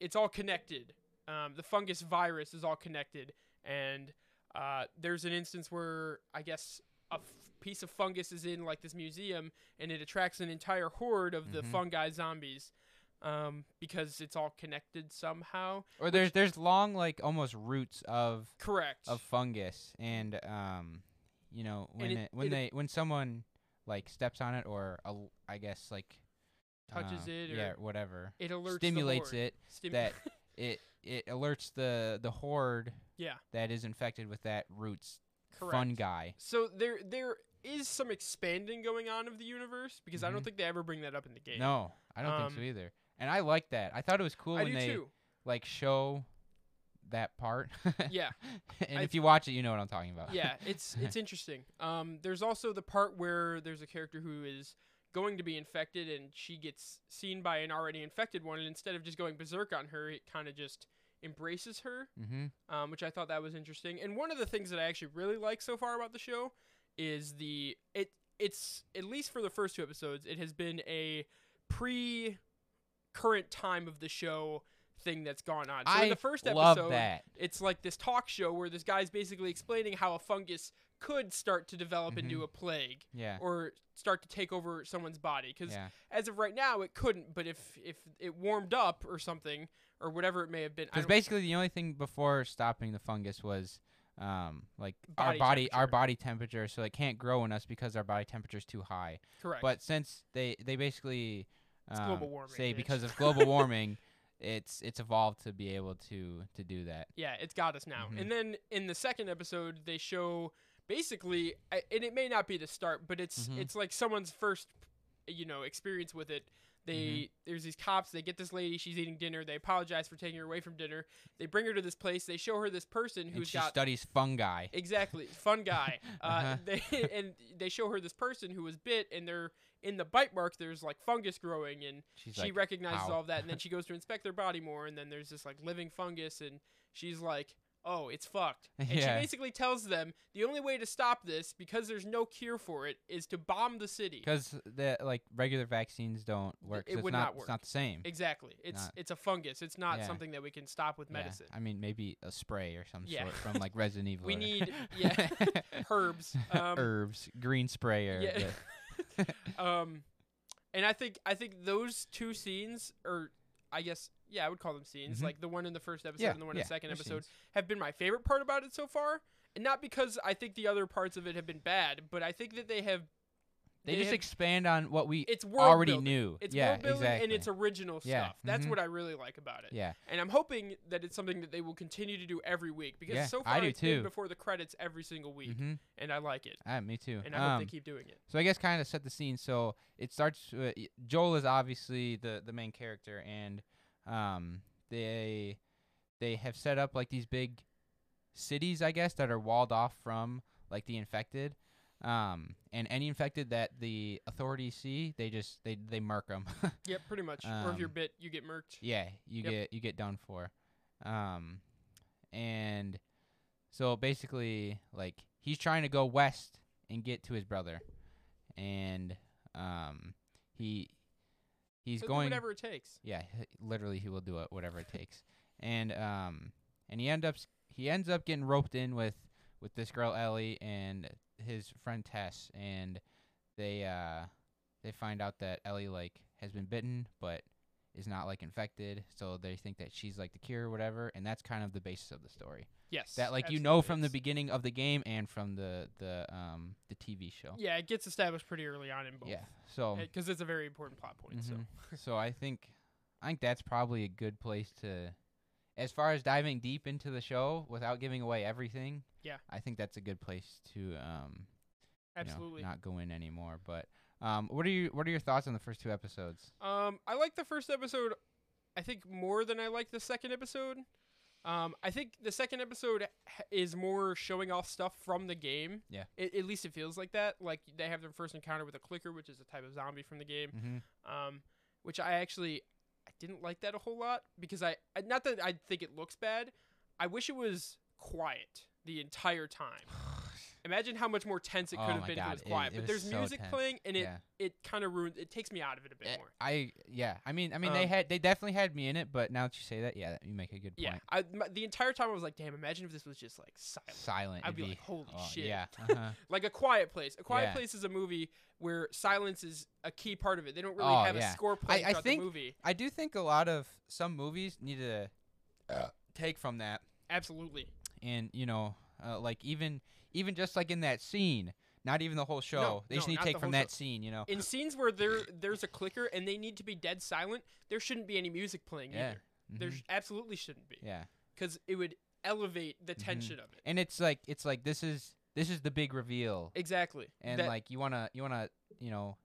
[SPEAKER 2] it's all connected. Um, the fungus virus is all connected, and uh, there's an instance where I guess a f- piece of fungus is in like this museum, and it attracts an entire horde of the
[SPEAKER 1] Mhm.
[SPEAKER 2] fungi zombies um, because it's all connected somehow.
[SPEAKER 1] Or there's there's long like almost roots of
[SPEAKER 2] Correct.
[SPEAKER 1] of fungus and um you know when
[SPEAKER 2] it-
[SPEAKER 1] it, when
[SPEAKER 2] it-
[SPEAKER 1] they when someone like steps on it or a l- I guess like
[SPEAKER 2] Touches
[SPEAKER 1] uh,
[SPEAKER 2] it or
[SPEAKER 1] yeah whatever
[SPEAKER 2] it alerts the
[SPEAKER 1] stimulates
[SPEAKER 2] horde.
[SPEAKER 1] it
[SPEAKER 2] Stimu-
[SPEAKER 1] that it it alerts the the horde
[SPEAKER 2] Yeah.
[SPEAKER 1] that is infected with that roots
[SPEAKER 2] Correct.
[SPEAKER 1] fungi
[SPEAKER 2] So there there is some expanding going on of the universe because I don't think they ever bring that up in the game.
[SPEAKER 1] Mm-hmm. no i don't think so
[SPEAKER 2] Um,
[SPEAKER 1] either and i like that i thought it was cool
[SPEAKER 2] I
[SPEAKER 1] when
[SPEAKER 2] do
[SPEAKER 1] they
[SPEAKER 2] too.
[SPEAKER 1] like show that part
[SPEAKER 2] Yeah.
[SPEAKER 1] and
[SPEAKER 2] I
[SPEAKER 1] if you watch it you know what i'm talking about
[SPEAKER 2] yeah, it's it's interesting. Um, there's also the part where there's a character who is going to be infected, and she gets seen by an already infected one, and instead of just going berserk on her, it kind of just embraces her,
[SPEAKER 1] mm-hmm.
[SPEAKER 2] um, which I thought that was interesting. And one of the things that I actually really like so far about the show is the it it's at least for the first two episodes, it has been a pre current time of the show thing that's gone on. So in
[SPEAKER 1] I
[SPEAKER 2] the first episode,
[SPEAKER 1] love that
[SPEAKER 2] it's like this talk show where this guy's basically explaining how a fungus could start to develop into a plague
[SPEAKER 1] Mm-hmm. yeah
[SPEAKER 2] or start to take over someone's body because
[SPEAKER 1] yeah
[SPEAKER 2] as of right now it couldn't but if if it warmed up or something or whatever it may have been I
[SPEAKER 1] because
[SPEAKER 2] don't-
[SPEAKER 1] basically the only thing before stopping the fungus was um like our
[SPEAKER 2] Body
[SPEAKER 1] body our
[SPEAKER 2] temperature.
[SPEAKER 1] body temperature so it can't grow in us because our body temperature is too high
[SPEAKER 2] correct
[SPEAKER 1] but since they they basically
[SPEAKER 2] It's global
[SPEAKER 1] um,
[SPEAKER 2] warming,
[SPEAKER 1] say
[SPEAKER 2] bitch.
[SPEAKER 1] because of global warming it's it's evolved to be able to to do that
[SPEAKER 2] yeah it's got us now
[SPEAKER 1] Mhm.
[SPEAKER 2] and then in the second episode they show basically I- and it may not be the start but it's
[SPEAKER 1] Mhm.
[SPEAKER 2] it's like someone's first you know experience with it they
[SPEAKER 1] Mm-hmm.
[SPEAKER 2] there's these cops they get this lady she's eating dinner they apologize for taking her away from dinner they bring her to this place they show her this person
[SPEAKER 1] and
[SPEAKER 2] who's
[SPEAKER 1] she
[SPEAKER 2] got
[SPEAKER 1] studies fungi
[SPEAKER 2] Exactly, fun guy. Uh,
[SPEAKER 1] Uh-huh.
[SPEAKER 2] They and they show her this person who was bit, and they're in the bite mark. There's like fungus growing, and
[SPEAKER 1] she's
[SPEAKER 2] she
[SPEAKER 1] like
[SPEAKER 2] recognizes
[SPEAKER 1] "How?"
[SPEAKER 2] all of that, and then she goes to inspect their body more, and then there's this like living fungus, and she's like, "Oh, it's fucked." And
[SPEAKER 1] Yeah.
[SPEAKER 2] she basically tells them the only way to stop this, because there's no cure for it, is to bomb the city.
[SPEAKER 1] because the like regular vaccines don't work
[SPEAKER 2] it
[SPEAKER 1] so it's
[SPEAKER 2] would
[SPEAKER 1] not,
[SPEAKER 2] not
[SPEAKER 1] it's not the same
[SPEAKER 2] Exactly, it's
[SPEAKER 1] Not-
[SPEAKER 2] it's a fungus. It's not
[SPEAKER 1] Yeah.
[SPEAKER 2] something that we can stop with
[SPEAKER 1] Yeah,
[SPEAKER 2] medicine.
[SPEAKER 1] i mean maybe a spray or some
[SPEAKER 2] Yeah.
[SPEAKER 1] sort from like resident evil
[SPEAKER 2] We
[SPEAKER 1] or-
[SPEAKER 2] need- yeah, Herbs. Um,
[SPEAKER 1] herbs green spray or
[SPEAKER 2] yeah.
[SPEAKER 1] the-
[SPEAKER 2] um and i think i think those two scenes or i guess yeah i would call them scenes
[SPEAKER 1] Mhm.
[SPEAKER 2] like the one in the first episode and the one in the second
[SPEAKER 1] they're
[SPEAKER 2] episode
[SPEAKER 1] scenes.
[SPEAKER 2] have been my favorite part about it so far and not because i think the other parts of it have been bad but i think that they have
[SPEAKER 1] They, just
[SPEAKER 2] have-
[SPEAKER 1] expand on what we
[SPEAKER 2] it's world
[SPEAKER 1] already
[SPEAKER 2] building.
[SPEAKER 1] knew.
[SPEAKER 2] it's
[SPEAKER 1] yeah,
[SPEAKER 2] world building
[SPEAKER 1] exactly.
[SPEAKER 2] and it's original
[SPEAKER 1] Yeah,
[SPEAKER 2] stuff that's
[SPEAKER 1] mhm.
[SPEAKER 2] what i really like about it
[SPEAKER 1] yeah,
[SPEAKER 2] and i'm hoping that it's something that they will continue to do every week because
[SPEAKER 1] Yeah,
[SPEAKER 2] so
[SPEAKER 1] I
[SPEAKER 2] far
[SPEAKER 1] do
[SPEAKER 2] it's been
[SPEAKER 1] too.
[SPEAKER 2] before the credits every single week
[SPEAKER 1] mm-hmm.
[SPEAKER 2] and i like it
[SPEAKER 1] ah, me too.
[SPEAKER 2] and i hope
[SPEAKER 1] Um,
[SPEAKER 2] they keep doing it
[SPEAKER 1] So I guess kind of set the scene. So it starts. Uh, y- Joel is obviously the the main character, and um, they they have set up like these big cities, I guess, that are walled off from like the infected. Um, and any infected that the authorities see, they just they they murk them.
[SPEAKER 2] yep pretty much or if you're
[SPEAKER 1] um,
[SPEAKER 2] bit you get murked
[SPEAKER 1] Yeah, you
[SPEAKER 2] Yep.
[SPEAKER 1] get you get done for. Um and so basically like he's trying to go west and get to his brother. And um he he's
[SPEAKER 2] He'll do
[SPEAKER 1] going
[SPEAKER 2] whatever it takes
[SPEAKER 1] Yeah, h- literally he will do it whatever it takes. And um and he end up s- he ends up getting roped in with with this girl Ellie and his friend Tess and they uh they find out that Ellie like has been bitten but is not like infected, so they think that she's like the cure or whatever, and that's kind of the basis of the story.
[SPEAKER 2] Yes.
[SPEAKER 1] That like you know
[SPEAKER 2] absolutely.
[SPEAKER 1] from the
[SPEAKER 2] It's-
[SPEAKER 1] beginning of the game and from the the um the TV show.
[SPEAKER 2] Yeah, it gets established pretty early on in both.
[SPEAKER 1] Yeah. So
[SPEAKER 2] Because it's a very important plot point. So
[SPEAKER 1] Mhm. so I think I think that's probably a good place to as far as diving deep into the show without giving away everything.
[SPEAKER 2] Yeah.
[SPEAKER 1] I think that's a good place to um you know,
[SPEAKER 2] absolutely.
[SPEAKER 1] not go in anymore, but um what are you what are your thoughts on the first two episodes?
[SPEAKER 2] um, I like the first episode. I think more than I like the second episode. Um, I think the second episode h- is more showing off stuff from the game.
[SPEAKER 1] Yeah.
[SPEAKER 2] It, at least it feels like that. Like they have their first encounter with a clicker, which is a type of zombie from the game.
[SPEAKER 1] Mhm.
[SPEAKER 2] um, which I actually I didn't like that a whole lot because I I- not that I think it looks bad. I wish it was quiet the entire time. Imagine how much more tense it could
[SPEAKER 1] Oh
[SPEAKER 2] have
[SPEAKER 1] my
[SPEAKER 2] been if it
[SPEAKER 1] God,
[SPEAKER 2] was
[SPEAKER 1] it-
[SPEAKER 2] quiet.
[SPEAKER 1] it
[SPEAKER 2] but
[SPEAKER 1] was
[SPEAKER 2] there's
[SPEAKER 1] so
[SPEAKER 2] music
[SPEAKER 1] tense.
[SPEAKER 2] playing, and it
[SPEAKER 1] Yeah.
[SPEAKER 2] it kind of ruins. It takes me out of it a bit
[SPEAKER 1] Eh,
[SPEAKER 2] more.
[SPEAKER 1] I yeah. I mean, I mean, they
[SPEAKER 2] Um,
[SPEAKER 1] had they definitely had me in it, but now that you say that, yeah, that, you make a good point.
[SPEAKER 2] Yeah, I, my, the entire time I was like, damn. Imagine if this was just like silent,
[SPEAKER 1] Silent.
[SPEAKER 2] I'd
[SPEAKER 1] it'd
[SPEAKER 2] be like, holy
[SPEAKER 1] oh,
[SPEAKER 2] shit.
[SPEAKER 1] Yeah. Uh-huh.
[SPEAKER 2] like a Quiet Place. A Quiet
[SPEAKER 1] Yeah.
[SPEAKER 2] Place is a movie where silence is a key part of it. They don't really
[SPEAKER 1] Oh,
[SPEAKER 2] have a
[SPEAKER 1] yeah.
[SPEAKER 2] score playing
[SPEAKER 1] I
[SPEAKER 2] throughout
[SPEAKER 1] think-
[SPEAKER 2] the movie.
[SPEAKER 1] I do think a lot of some movies need to uh, take from that,
[SPEAKER 2] Absolutely.
[SPEAKER 1] and you know, uh, like even even just like in that scene, not even the whole show. they just
[SPEAKER 2] no,
[SPEAKER 1] need
[SPEAKER 2] not
[SPEAKER 1] to
[SPEAKER 2] the
[SPEAKER 1] take from
[SPEAKER 2] whole show.
[SPEAKER 1] that scene. You know.
[SPEAKER 2] In scenes where there there's a clicker and they need to be dead silent, there shouldn't be any music playing
[SPEAKER 1] Yeah.
[SPEAKER 2] either. There
[SPEAKER 1] Mhm.
[SPEAKER 2] sh- absolutely shouldn't be
[SPEAKER 1] Yeah.
[SPEAKER 2] because it would elevate the
[SPEAKER 1] Mhm.
[SPEAKER 2] tension of it.
[SPEAKER 1] And it's like it's like this is this is the big reveal,
[SPEAKER 2] Exactly.
[SPEAKER 1] and
[SPEAKER 2] That-
[SPEAKER 1] like you wanna you wanna you know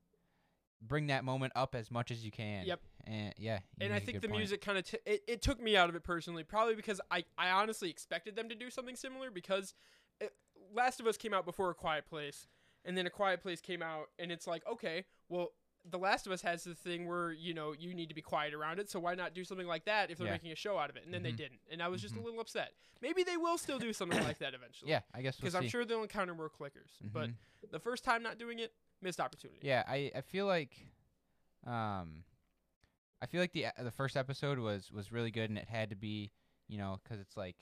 [SPEAKER 1] bring that moment up as much as you can.
[SPEAKER 2] Yep.
[SPEAKER 1] And yeah. you
[SPEAKER 2] and I
[SPEAKER 1] make a
[SPEAKER 2] think
[SPEAKER 1] good
[SPEAKER 2] the
[SPEAKER 1] point.
[SPEAKER 2] music kind of t- it, it took me out of it personally, probably because I I honestly expected them to do something similar because it, Last of Us came out before A Quiet Place, and then A Quiet Place came out, and it's like okay, well. The Last of Us has the thing where you know you need to be quiet around it, so why not do something like that if they're
[SPEAKER 1] Yeah.
[SPEAKER 2] making a show out of it? And then
[SPEAKER 1] Mhm.
[SPEAKER 2] they didn't, and I was just
[SPEAKER 1] Mhm.
[SPEAKER 2] a little upset. Maybe they will still do something like that eventually,
[SPEAKER 1] Yeah, I guess
[SPEAKER 2] because
[SPEAKER 1] we'll
[SPEAKER 2] I'm
[SPEAKER 1] see.
[SPEAKER 2] sure they'll encounter more clickers. But
[SPEAKER 1] Mhm.
[SPEAKER 2] the first time not doing it, missed opportunity.
[SPEAKER 1] yeah, I I feel like, um, I feel like the e- the first episode was was really good, and it had to be, you know, 'cause it's like,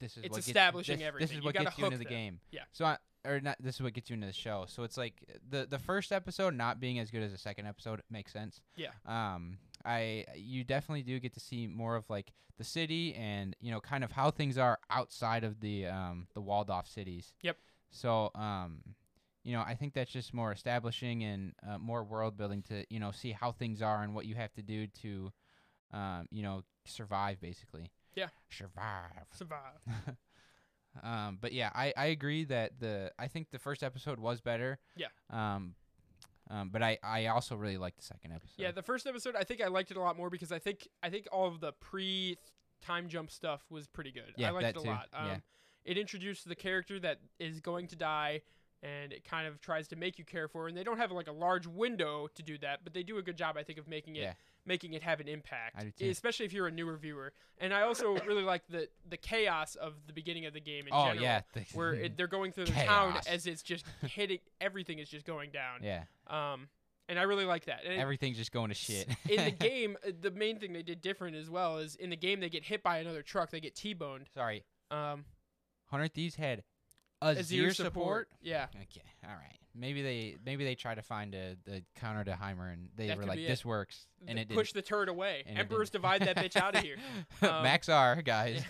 [SPEAKER 1] this is
[SPEAKER 2] It's
[SPEAKER 1] what gets-
[SPEAKER 2] establishing
[SPEAKER 1] this,
[SPEAKER 2] everything.
[SPEAKER 1] This
[SPEAKER 2] You
[SPEAKER 1] is what
[SPEAKER 2] gotta
[SPEAKER 1] gets you into
[SPEAKER 2] hook
[SPEAKER 1] the
[SPEAKER 2] them.
[SPEAKER 1] game.
[SPEAKER 2] Yeah.
[SPEAKER 1] So I. Or not. This is what gets you into the show. So it's like uh, the the first episode not being as good as the second episode makes sense.
[SPEAKER 2] Yeah.
[SPEAKER 1] Um. I you definitely do get to see more of like the city and you know kind of how things are outside of the um the walled off cities.
[SPEAKER 2] Yep.
[SPEAKER 1] So um you know, I think that's just more establishing and uh, more world building to, you know, see how things are and what you have to do to, um, you know, survive basically.
[SPEAKER 2] Yeah.
[SPEAKER 1] Survive.
[SPEAKER 2] Survive.
[SPEAKER 1] um, but yeah, I, I agree that the, I think the first episode was better.
[SPEAKER 2] Yeah.
[SPEAKER 1] Um, um, but I, I also really liked the second episode.
[SPEAKER 2] Yeah, the first episode I think I liked it a lot more because I think I think all of the pre time jump stuff was pretty good. I
[SPEAKER 1] Yeah,
[SPEAKER 2] liked
[SPEAKER 1] that
[SPEAKER 2] it a
[SPEAKER 1] too,
[SPEAKER 2] lot. Um,
[SPEAKER 1] yeah.
[SPEAKER 2] It introduced the character that is going to die, and it kind of tries to make you care for. Her. And they don't have like a large window to do that, but they do a good job, I think, of making it
[SPEAKER 1] Yeah.
[SPEAKER 2] making it have an impact,
[SPEAKER 1] I do too.
[SPEAKER 2] especially if you're a newer viewer. And I also really like the the chaos of the beginning of the game in
[SPEAKER 1] oh
[SPEAKER 2] general.
[SPEAKER 1] yeah.
[SPEAKER 2] Where it, they're going through the town
[SPEAKER 1] Chaos.
[SPEAKER 2] as it's just hitting everything is just going down.
[SPEAKER 1] yeah.
[SPEAKER 2] Um, and I really like that. And it-
[SPEAKER 1] Everything's just going to shit.
[SPEAKER 2] in the game, uh, the main thing they did different as well is in the game they get hit by another truck, they get T-boned.
[SPEAKER 1] Sorry.
[SPEAKER 2] Um,
[SPEAKER 1] Hunter Thieves had a
[SPEAKER 2] Azir
[SPEAKER 1] Azir support.
[SPEAKER 2] Yeah,
[SPEAKER 1] Okay, all right. Maybe they maybe they try to find a the counter to Heimer, and they
[SPEAKER 2] That
[SPEAKER 1] were
[SPEAKER 2] could
[SPEAKER 1] like,
[SPEAKER 2] be it.
[SPEAKER 1] "This works," and
[SPEAKER 2] Th-
[SPEAKER 1] it
[SPEAKER 2] push
[SPEAKER 1] didn't.
[SPEAKER 2] the turd away.
[SPEAKER 1] and it
[SPEAKER 2] Emperors
[SPEAKER 1] didn't.
[SPEAKER 2] divide that bitch out of here. Um,
[SPEAKER 1] Max R, guys.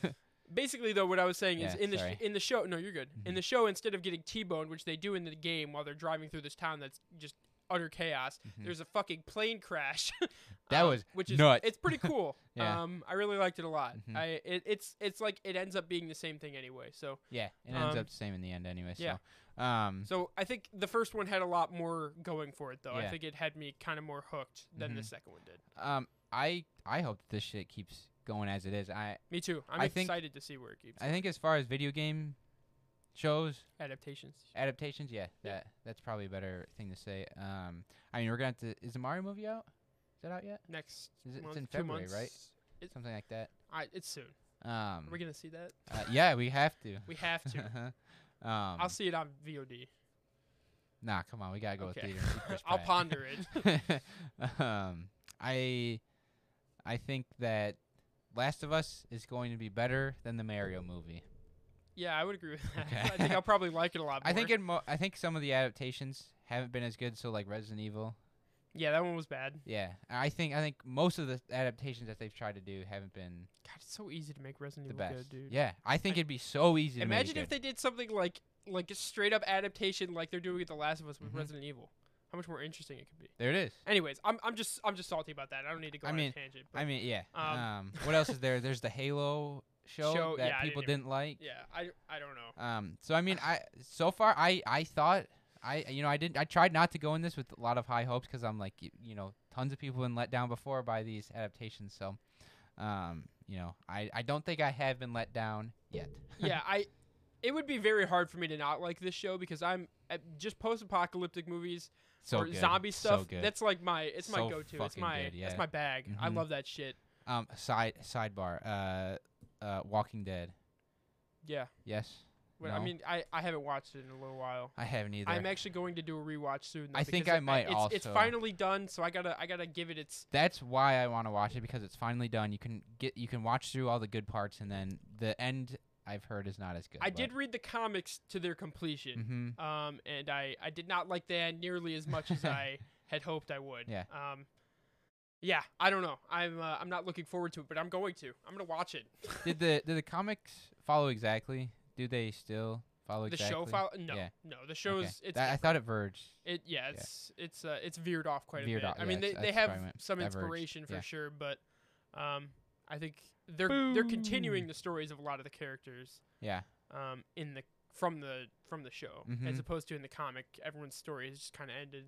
[SPEAKER 2] Basically, though, what I was saying is
[SPEAKER 1] Yeah,
[SPEAKER 2] in the sh-
[SPEAKER 1] sorry.
[SPEAKER 2] in the show, no, you're good. In
[SPEAKER 1] Mhm.
[SPEAKER 2] the show, instead of getting T-boned, which they do in the game while they're driving through this town that's just utter chaos,
[SPEAKER 1] Mhm.
[SPEAKER 2] there's a fucking plane crash.
[SPEAKER 1] That
[SPEAKER 2] um,
[SPEAKER 1] was
[SPEAKER 2] which is
[SPEAKER 1] nuts.
[SPEAKER 2] it's pretty cool.
[SPEAKER 1] Yeah.
[SPEAKER 2] Um, I really liked it a lot.
[SPEAKER 1] Mhm.
[SPEAKER 2] I it, it's it's like it ends up being the same thing anyway. So
[SPEAKER 1] yeah, it ends
[SPEAKER 2] um,
[SPEAKER 1] up the same in the end anyway. So,
[SPEAKER 2] yeah.
[SPEAKER 1] um,
[SPEAKER 2] So I think the first one had a lot more going for it, though. I
[SPEAKER 1] Yeah.
[SPEAKER 2] think it had me kind of more hooked than the
[SPEAKER 1] Mhm.
[SPEAKER 2] second one did.
[SPEAKER 1] um, I I hope that this shit keeps going as it is. I
[SPEAKER 2] Me too. I'm
[SPEAKER 1] I think-
[SPEAKER 2] excited to see where it keeps
[SPEAKER 1] I think as far as video game shows
[SPEAKER 2] adaptations.
[SPEAKER 1] adaptations, yeah,
[SPEAKER 2] Yeah.
[SPEAKER 1] that that's probably a better thing to say. Um, I mean, we're gonna have to. Is the Mario movie out? Is that out yet?
[SPEAKER 2] Next,
[SPEAKER 1] Is it- it's
[SPEAKER 2] month,
[SPEAKER 1] in
[SPEAKER 2] two
[SPEAKER 1] February, right?
[SPEAKER 2] months.
[SPEAKER 1] Something like that.
[SPEAKER 2] I, it's soon.
[SPEAKER 1] Um,
[SPEAKER 2] Are we gonna see that?
[SPEAKER 1] uh, yeah, we have to.
[SPEAKER 2] We have to.
[SPEAKER 1] um,
[SPEAKER 2] I'll see it on VOD.
[SPEAKER 1] Nah, come on, we gotta go with
[SPEAKER 2] Okay.
[SPEAKER 1] theater. and see Chris
[SPEAKER 2] I'll
[SPEAKER 1] Pratt.
[SPEAKER 2] ponder it.
[SPEAKER 1] um, I, I think that Last of Us is going to be better than the Mario movie.
[SPEAKER 2] Yeah, I would agree with that.
[SPEAKER 1] Okay.
[SPEAKER 2] I think I'll probably like it a lot. More.
[SPEAKER 1] I think it. Mo- I think some of the adaptations haven't been as good. So like Resident Evil.
[SPEAKER 2] Yeah, that one was bad.
[SPEAKER 1] Yeah, I think I think most of the adaptations that they've tried to do haven't been
[SPEAKER 2] God, it's so easy to make Resident
[SPEAKER 1] the
[SPEAKER 2] Evil
[SPEAKER 1] best.
[SPEAKER 2] good, dude.
[SPEAKER 1] yeah, I think it'd be so easy. To
[SPEAKER 2] Imagine
[SPEAKER 1] make
[SPEAKER 2] if
[SPEAKER 1] it
[SPEAKER 2] they did something like like a straight up adaptation, like they're doing with The Last of Us with
[SPEAKER 1] Mhm.
[SPEAKER 2] Resident Evil. How much more interesting it could be.
[SPEAKER 1] good. there it is.
[SPEAKER 2] Anyways, I'm, I'm just I'm just salty about that. I don't need to go
[SPEAKER 1] I
[SPEAKER 2] on
[SPEAKER 1] mean-
[SPEAKER 2] a tangent. But
[SPEAKER 1] I mean, yeah.
[SPEAKER 2] Um,
[SPEAKER 1] Um, what else is there? There's the Halo show,
[SPEAKER 2] Show,
[SPEAKER 1] that
[SPEAKER 2] yeah, I
[SPEAKER 1] people
[SPEAKER 2] didn't even-
[SPEAKER 1] didn't like.
[SPEAKER 2] yeah, I, I don't know.
[SPEAKER 1] Um, so I mean, I so far I I thought I you know I didn't I tried not to go in this with a lot of high hopes because I'm like you, you know tons of people have been let down before by these adaptations. So, um, you know I I don't think I have been let down yet.
[SPEAKER 2] yeah, I it would be very hard for me to not like this show because I'm uh, just post-apocalyptic movies
[SPEAKER 1] So
[SPEAKER 2] or
[SPEAKER 1] good.
[SPEAKER 2] zombie stuff.
[SPEAKER 1] So good.
[SPEAKER 2] That's like my it's my
[SPEAKER 1] So
[SPEAKER 2] go-to. It's
[SPEAKER 1] fucking
[SPEAKER 2] my
[SPEAKER 1] good,
[SPEAKER 2] that's
[SPEAKER 1] yeah.
[SPEAKER 2] my bag. I
[SPEAKER 1] Mhm.
[SPEAKER 2] love that shit.
[SPEAKER 1] um side sidebar. Uh, uh, Walking Dead.
[SPEAKER 2] Yeah.
[SPEAKER 1] Yes.
[SPEAKER 2] But I
[SPEAKER 1] No.
[SPEAKER 2] mean, I, I haven't watched it in a little while.
[SPEAKER 1] I haven't either.
[SPEAKER 2] I'm actually going to do a rewatch soon. Though,
[SPEAKER 1] I think
[SPEAKER 2] because
[SPEAKER 1] I might
[SPEAKER 2] it's, It's
[SPEAKER 1] also.
[SPEAKER 2] finally done, so I gotta I gotta give it its.
[SPEAKER 1] That's why I want to watch it because it's finally done. You can get you can watch through all the good parts and then the end I've heard is not as good.
[SPEAKER 2] I did read the comics to their completion,
[SPEAKER 1] Mm-hmm.
[SPEAKER 2] um, and I I did not like that nearly as much as I had hoped I would.
[SPEAKER 1] Yeah.
[SPEAKER 2] Um, yeah, I don't know. I'm uh, I'm not looking forward to it, but I'm going to. I'm gonna watch it.
[SPEAKER 1] Did the did the comics follow exactly? Do they still follow
[SPEAKER 2] the
[SPEAKER 1] exactly?
[SPEAKER 2] show file? No,
[SPEAKER 1] Yeah.
[SPEAKER 2] no. The show's
[SPEAKER 1] Okay.
[SPEAKER 2] it's
[SPEAKER 1] That- I thought it verged.
[SPEAKER 2] It yeah, it's it's uh, it's veered off quite
[SPEAKER 1] Veered
[SPEAKER 2] a bit.
[SPEAKER 1] off,
[SPEAKER 2] I
[SPEAKER 1] yeah,
[SPEAKER 2] mean, they,
[SPEAKER 1] that's-
[SPEAKER 2] they
[SPEAKER 1] that's
[SPEAKER 2] have
[SPEAKER 1] what I meant.
[SPEAKER 2] some
[SPEAKER 1] Diverged,
[SPEAKER 2] inspiration for
[SPEAKER 1] yeah.
[SPEAKER 2] sure, but um, I think they're they're continuing
[SPEAKER 1] Boo.
[SPEAKER 2] the stories of a lot of the characters
[SPEAKER 1] Yeah.
[SPEAKER 2] um in the from the from the show as
[SPEAKER 1] Mhm.
[SPEAKER 2] opposed to in the comic. Everyone's story has just kind of ended,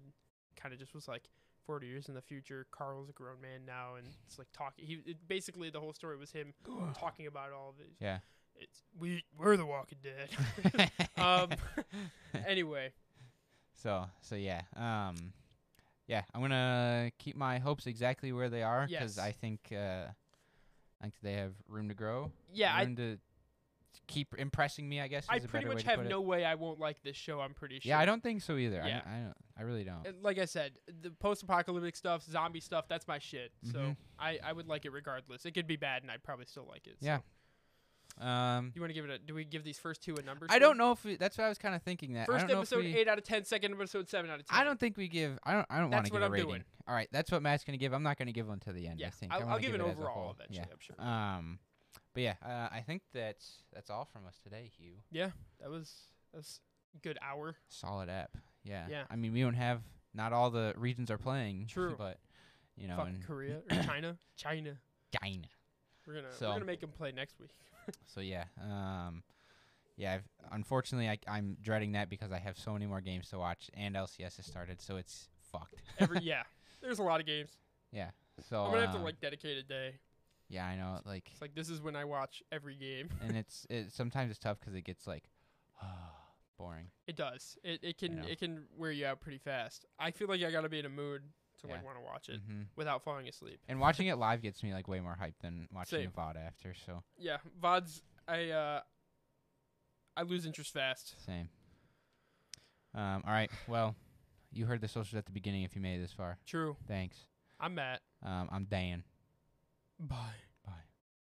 [SPEAKER 2] kind of just was like. 40 years in the future, Carl's a grown man now, and it's like talking. He it, basically the whole story was him talking about all of these.
[SPEAKER 1] Yeah.
[SPEAKER 2] it's we we're the Walking Dead. um, anyway,
[SPEAKER 1] so so yeah. Um yeah, I'm going to keep my hopes exactly where they are
[SPEAKER 2] Yes.
[SPEAKER 1] I think uh I think they have room to grow.
[SPEAKER 2] yeah, I
[SPEAKER 1] room to keep impressing me, I guess is
[SPEAKER 2] I
[SPEAKER 1] a
[SPEAKER 2] pretty
[SPEAKER 1] better way
[SPEAKER 2] much
[SPEAKER 1] to
[SPEAKER 2] have
[SPEAKER 1] put it.
[SPEAKER 2] no way I won't like this show. I'm pretty sure.
[SPEAKER 1] Yeah, I don't think so either.
[SPEAKER 2] Yeah.
[SPEAKER 1] I, don't, I don't. I really don't.
[SPEAKER 2] Uh, Like I said, the post-apocalyptic stuff, zombie stuff, that's my shit. So
[SPEAKER 1] Mhm.
[SPEAKER 2] I, I would like it regardless. It could be bad, and I'd probably still like it. so.
[SPEAKER 1] Yeah. Um,
[SPEAKER 2] You want to give it a? Do we give these first two a number?
[SPEAKER 1] I don't know if we, that's what I was kind of thinking. That I
[SPEAKER 2] First
[SPEAKER 1] don't know if
[SPEAKER 2] episode
[SPEAKER 1] we-
[SPEAKER 2] eight out of ten, second episode seven out of ten.
[SPEAKER 1] I don't think we give. I don't. I don't want
[SPEAKER 2] That's
[SPEAKER 1] to
[SPEAKER 2] what
[SPEAKER 1] give a
[SPEAKER 2] I'm
[SPEAKER 1] rating.
[SPEAKER 2] doing.
[SPEAKER 1] All right, that's what Matt's gonna give. I'm not gonna give one to the end.
[SPEAKER 2] Yeah,
[SPEAKER 1] I think
[SPEAKER 2] I'll,
[SPEAKER 1] I
[SPEAKER 2] I'll
[SPEAKER 1] wanna
[SPEAKER 2] give, an
[SPEAKER 1] it as a
[SPEAKER 2] overall
[SPEAKER 1] whole.
[SPEAKER 2] eventually. I'm sure.
[SPEAKER 1] Yeah. Um, but yeah, uh, I think that's that's all from us today, Hugh.
[SPEAKER 2] That was that was a good hour.
[SPEAKER 1] Solid app. Yeah.
[SPEAKER 2] Yeah.
[SPEAKER 1] I mean, we don't have. Not all the regions are playing.
[SPEAKER 2] True.
[SPEAKER 1] But you know,
[SPEAKER 2] Fuck
[SPEAKER 1] and
[SPEAKER 2] Korea or China, China.
[SPEAKER 1] China.
[SPEAKER 2] We're gonna
[SPEAKER 1] So-
[SPEAKER 2] we're gonna make them play next week.
[SPEAKER 1] So yeah, um, yeah. I've, unfortunately, I, I'm dreading that because I have so many more games to watch, and LCS has started, so it's fucked.
[SPEAKER 2] Every yeah, there's a lot of games.
[SPEAKER 1] yeah. So
[SPEAKER 2] I'm gonna have to
[SPEAKER 1] um,
[SPEAKER 2] like dedicate a day.
[SPEAKER 1] Yeah, I know. Like,
[SPEAKER 2] It's like this is when I watch every game.
[SPEAKER 1] and it's it, sometimes it's tough because it gets like boring.
[SPEAKER 2] It does. It it can
[SPEAKER 1] know?
[SPEAKER 2] it can wear you out pretty fast. I feel like I gotta be in a mood to
[SPEAKER 1] Yeah.
[SPEAKER 2] like want to watch it
[SPEAKER 1] hmm
[SPEAKER 2] without falling asleep.
[SPEAKER 1] And watching it live gets me like way more hyped than watching
[SPEAKER 2] Same.
[SPEAKER 1] a VOD after. So
[SPEAKER 2] Yeah, vods. I uh, I lose interest fast.
[SPEAKER 1] same. Um. All right. Well, you heard the socials at the beginning. If you made it this far,
[SPEAKER 2] True.
[SPEAKER 1] thanks.
[SPEAKER 2] I'm Matt.
[SPEAKER 1] Um. I'm Dan.
[SPEAKER 2] Bye.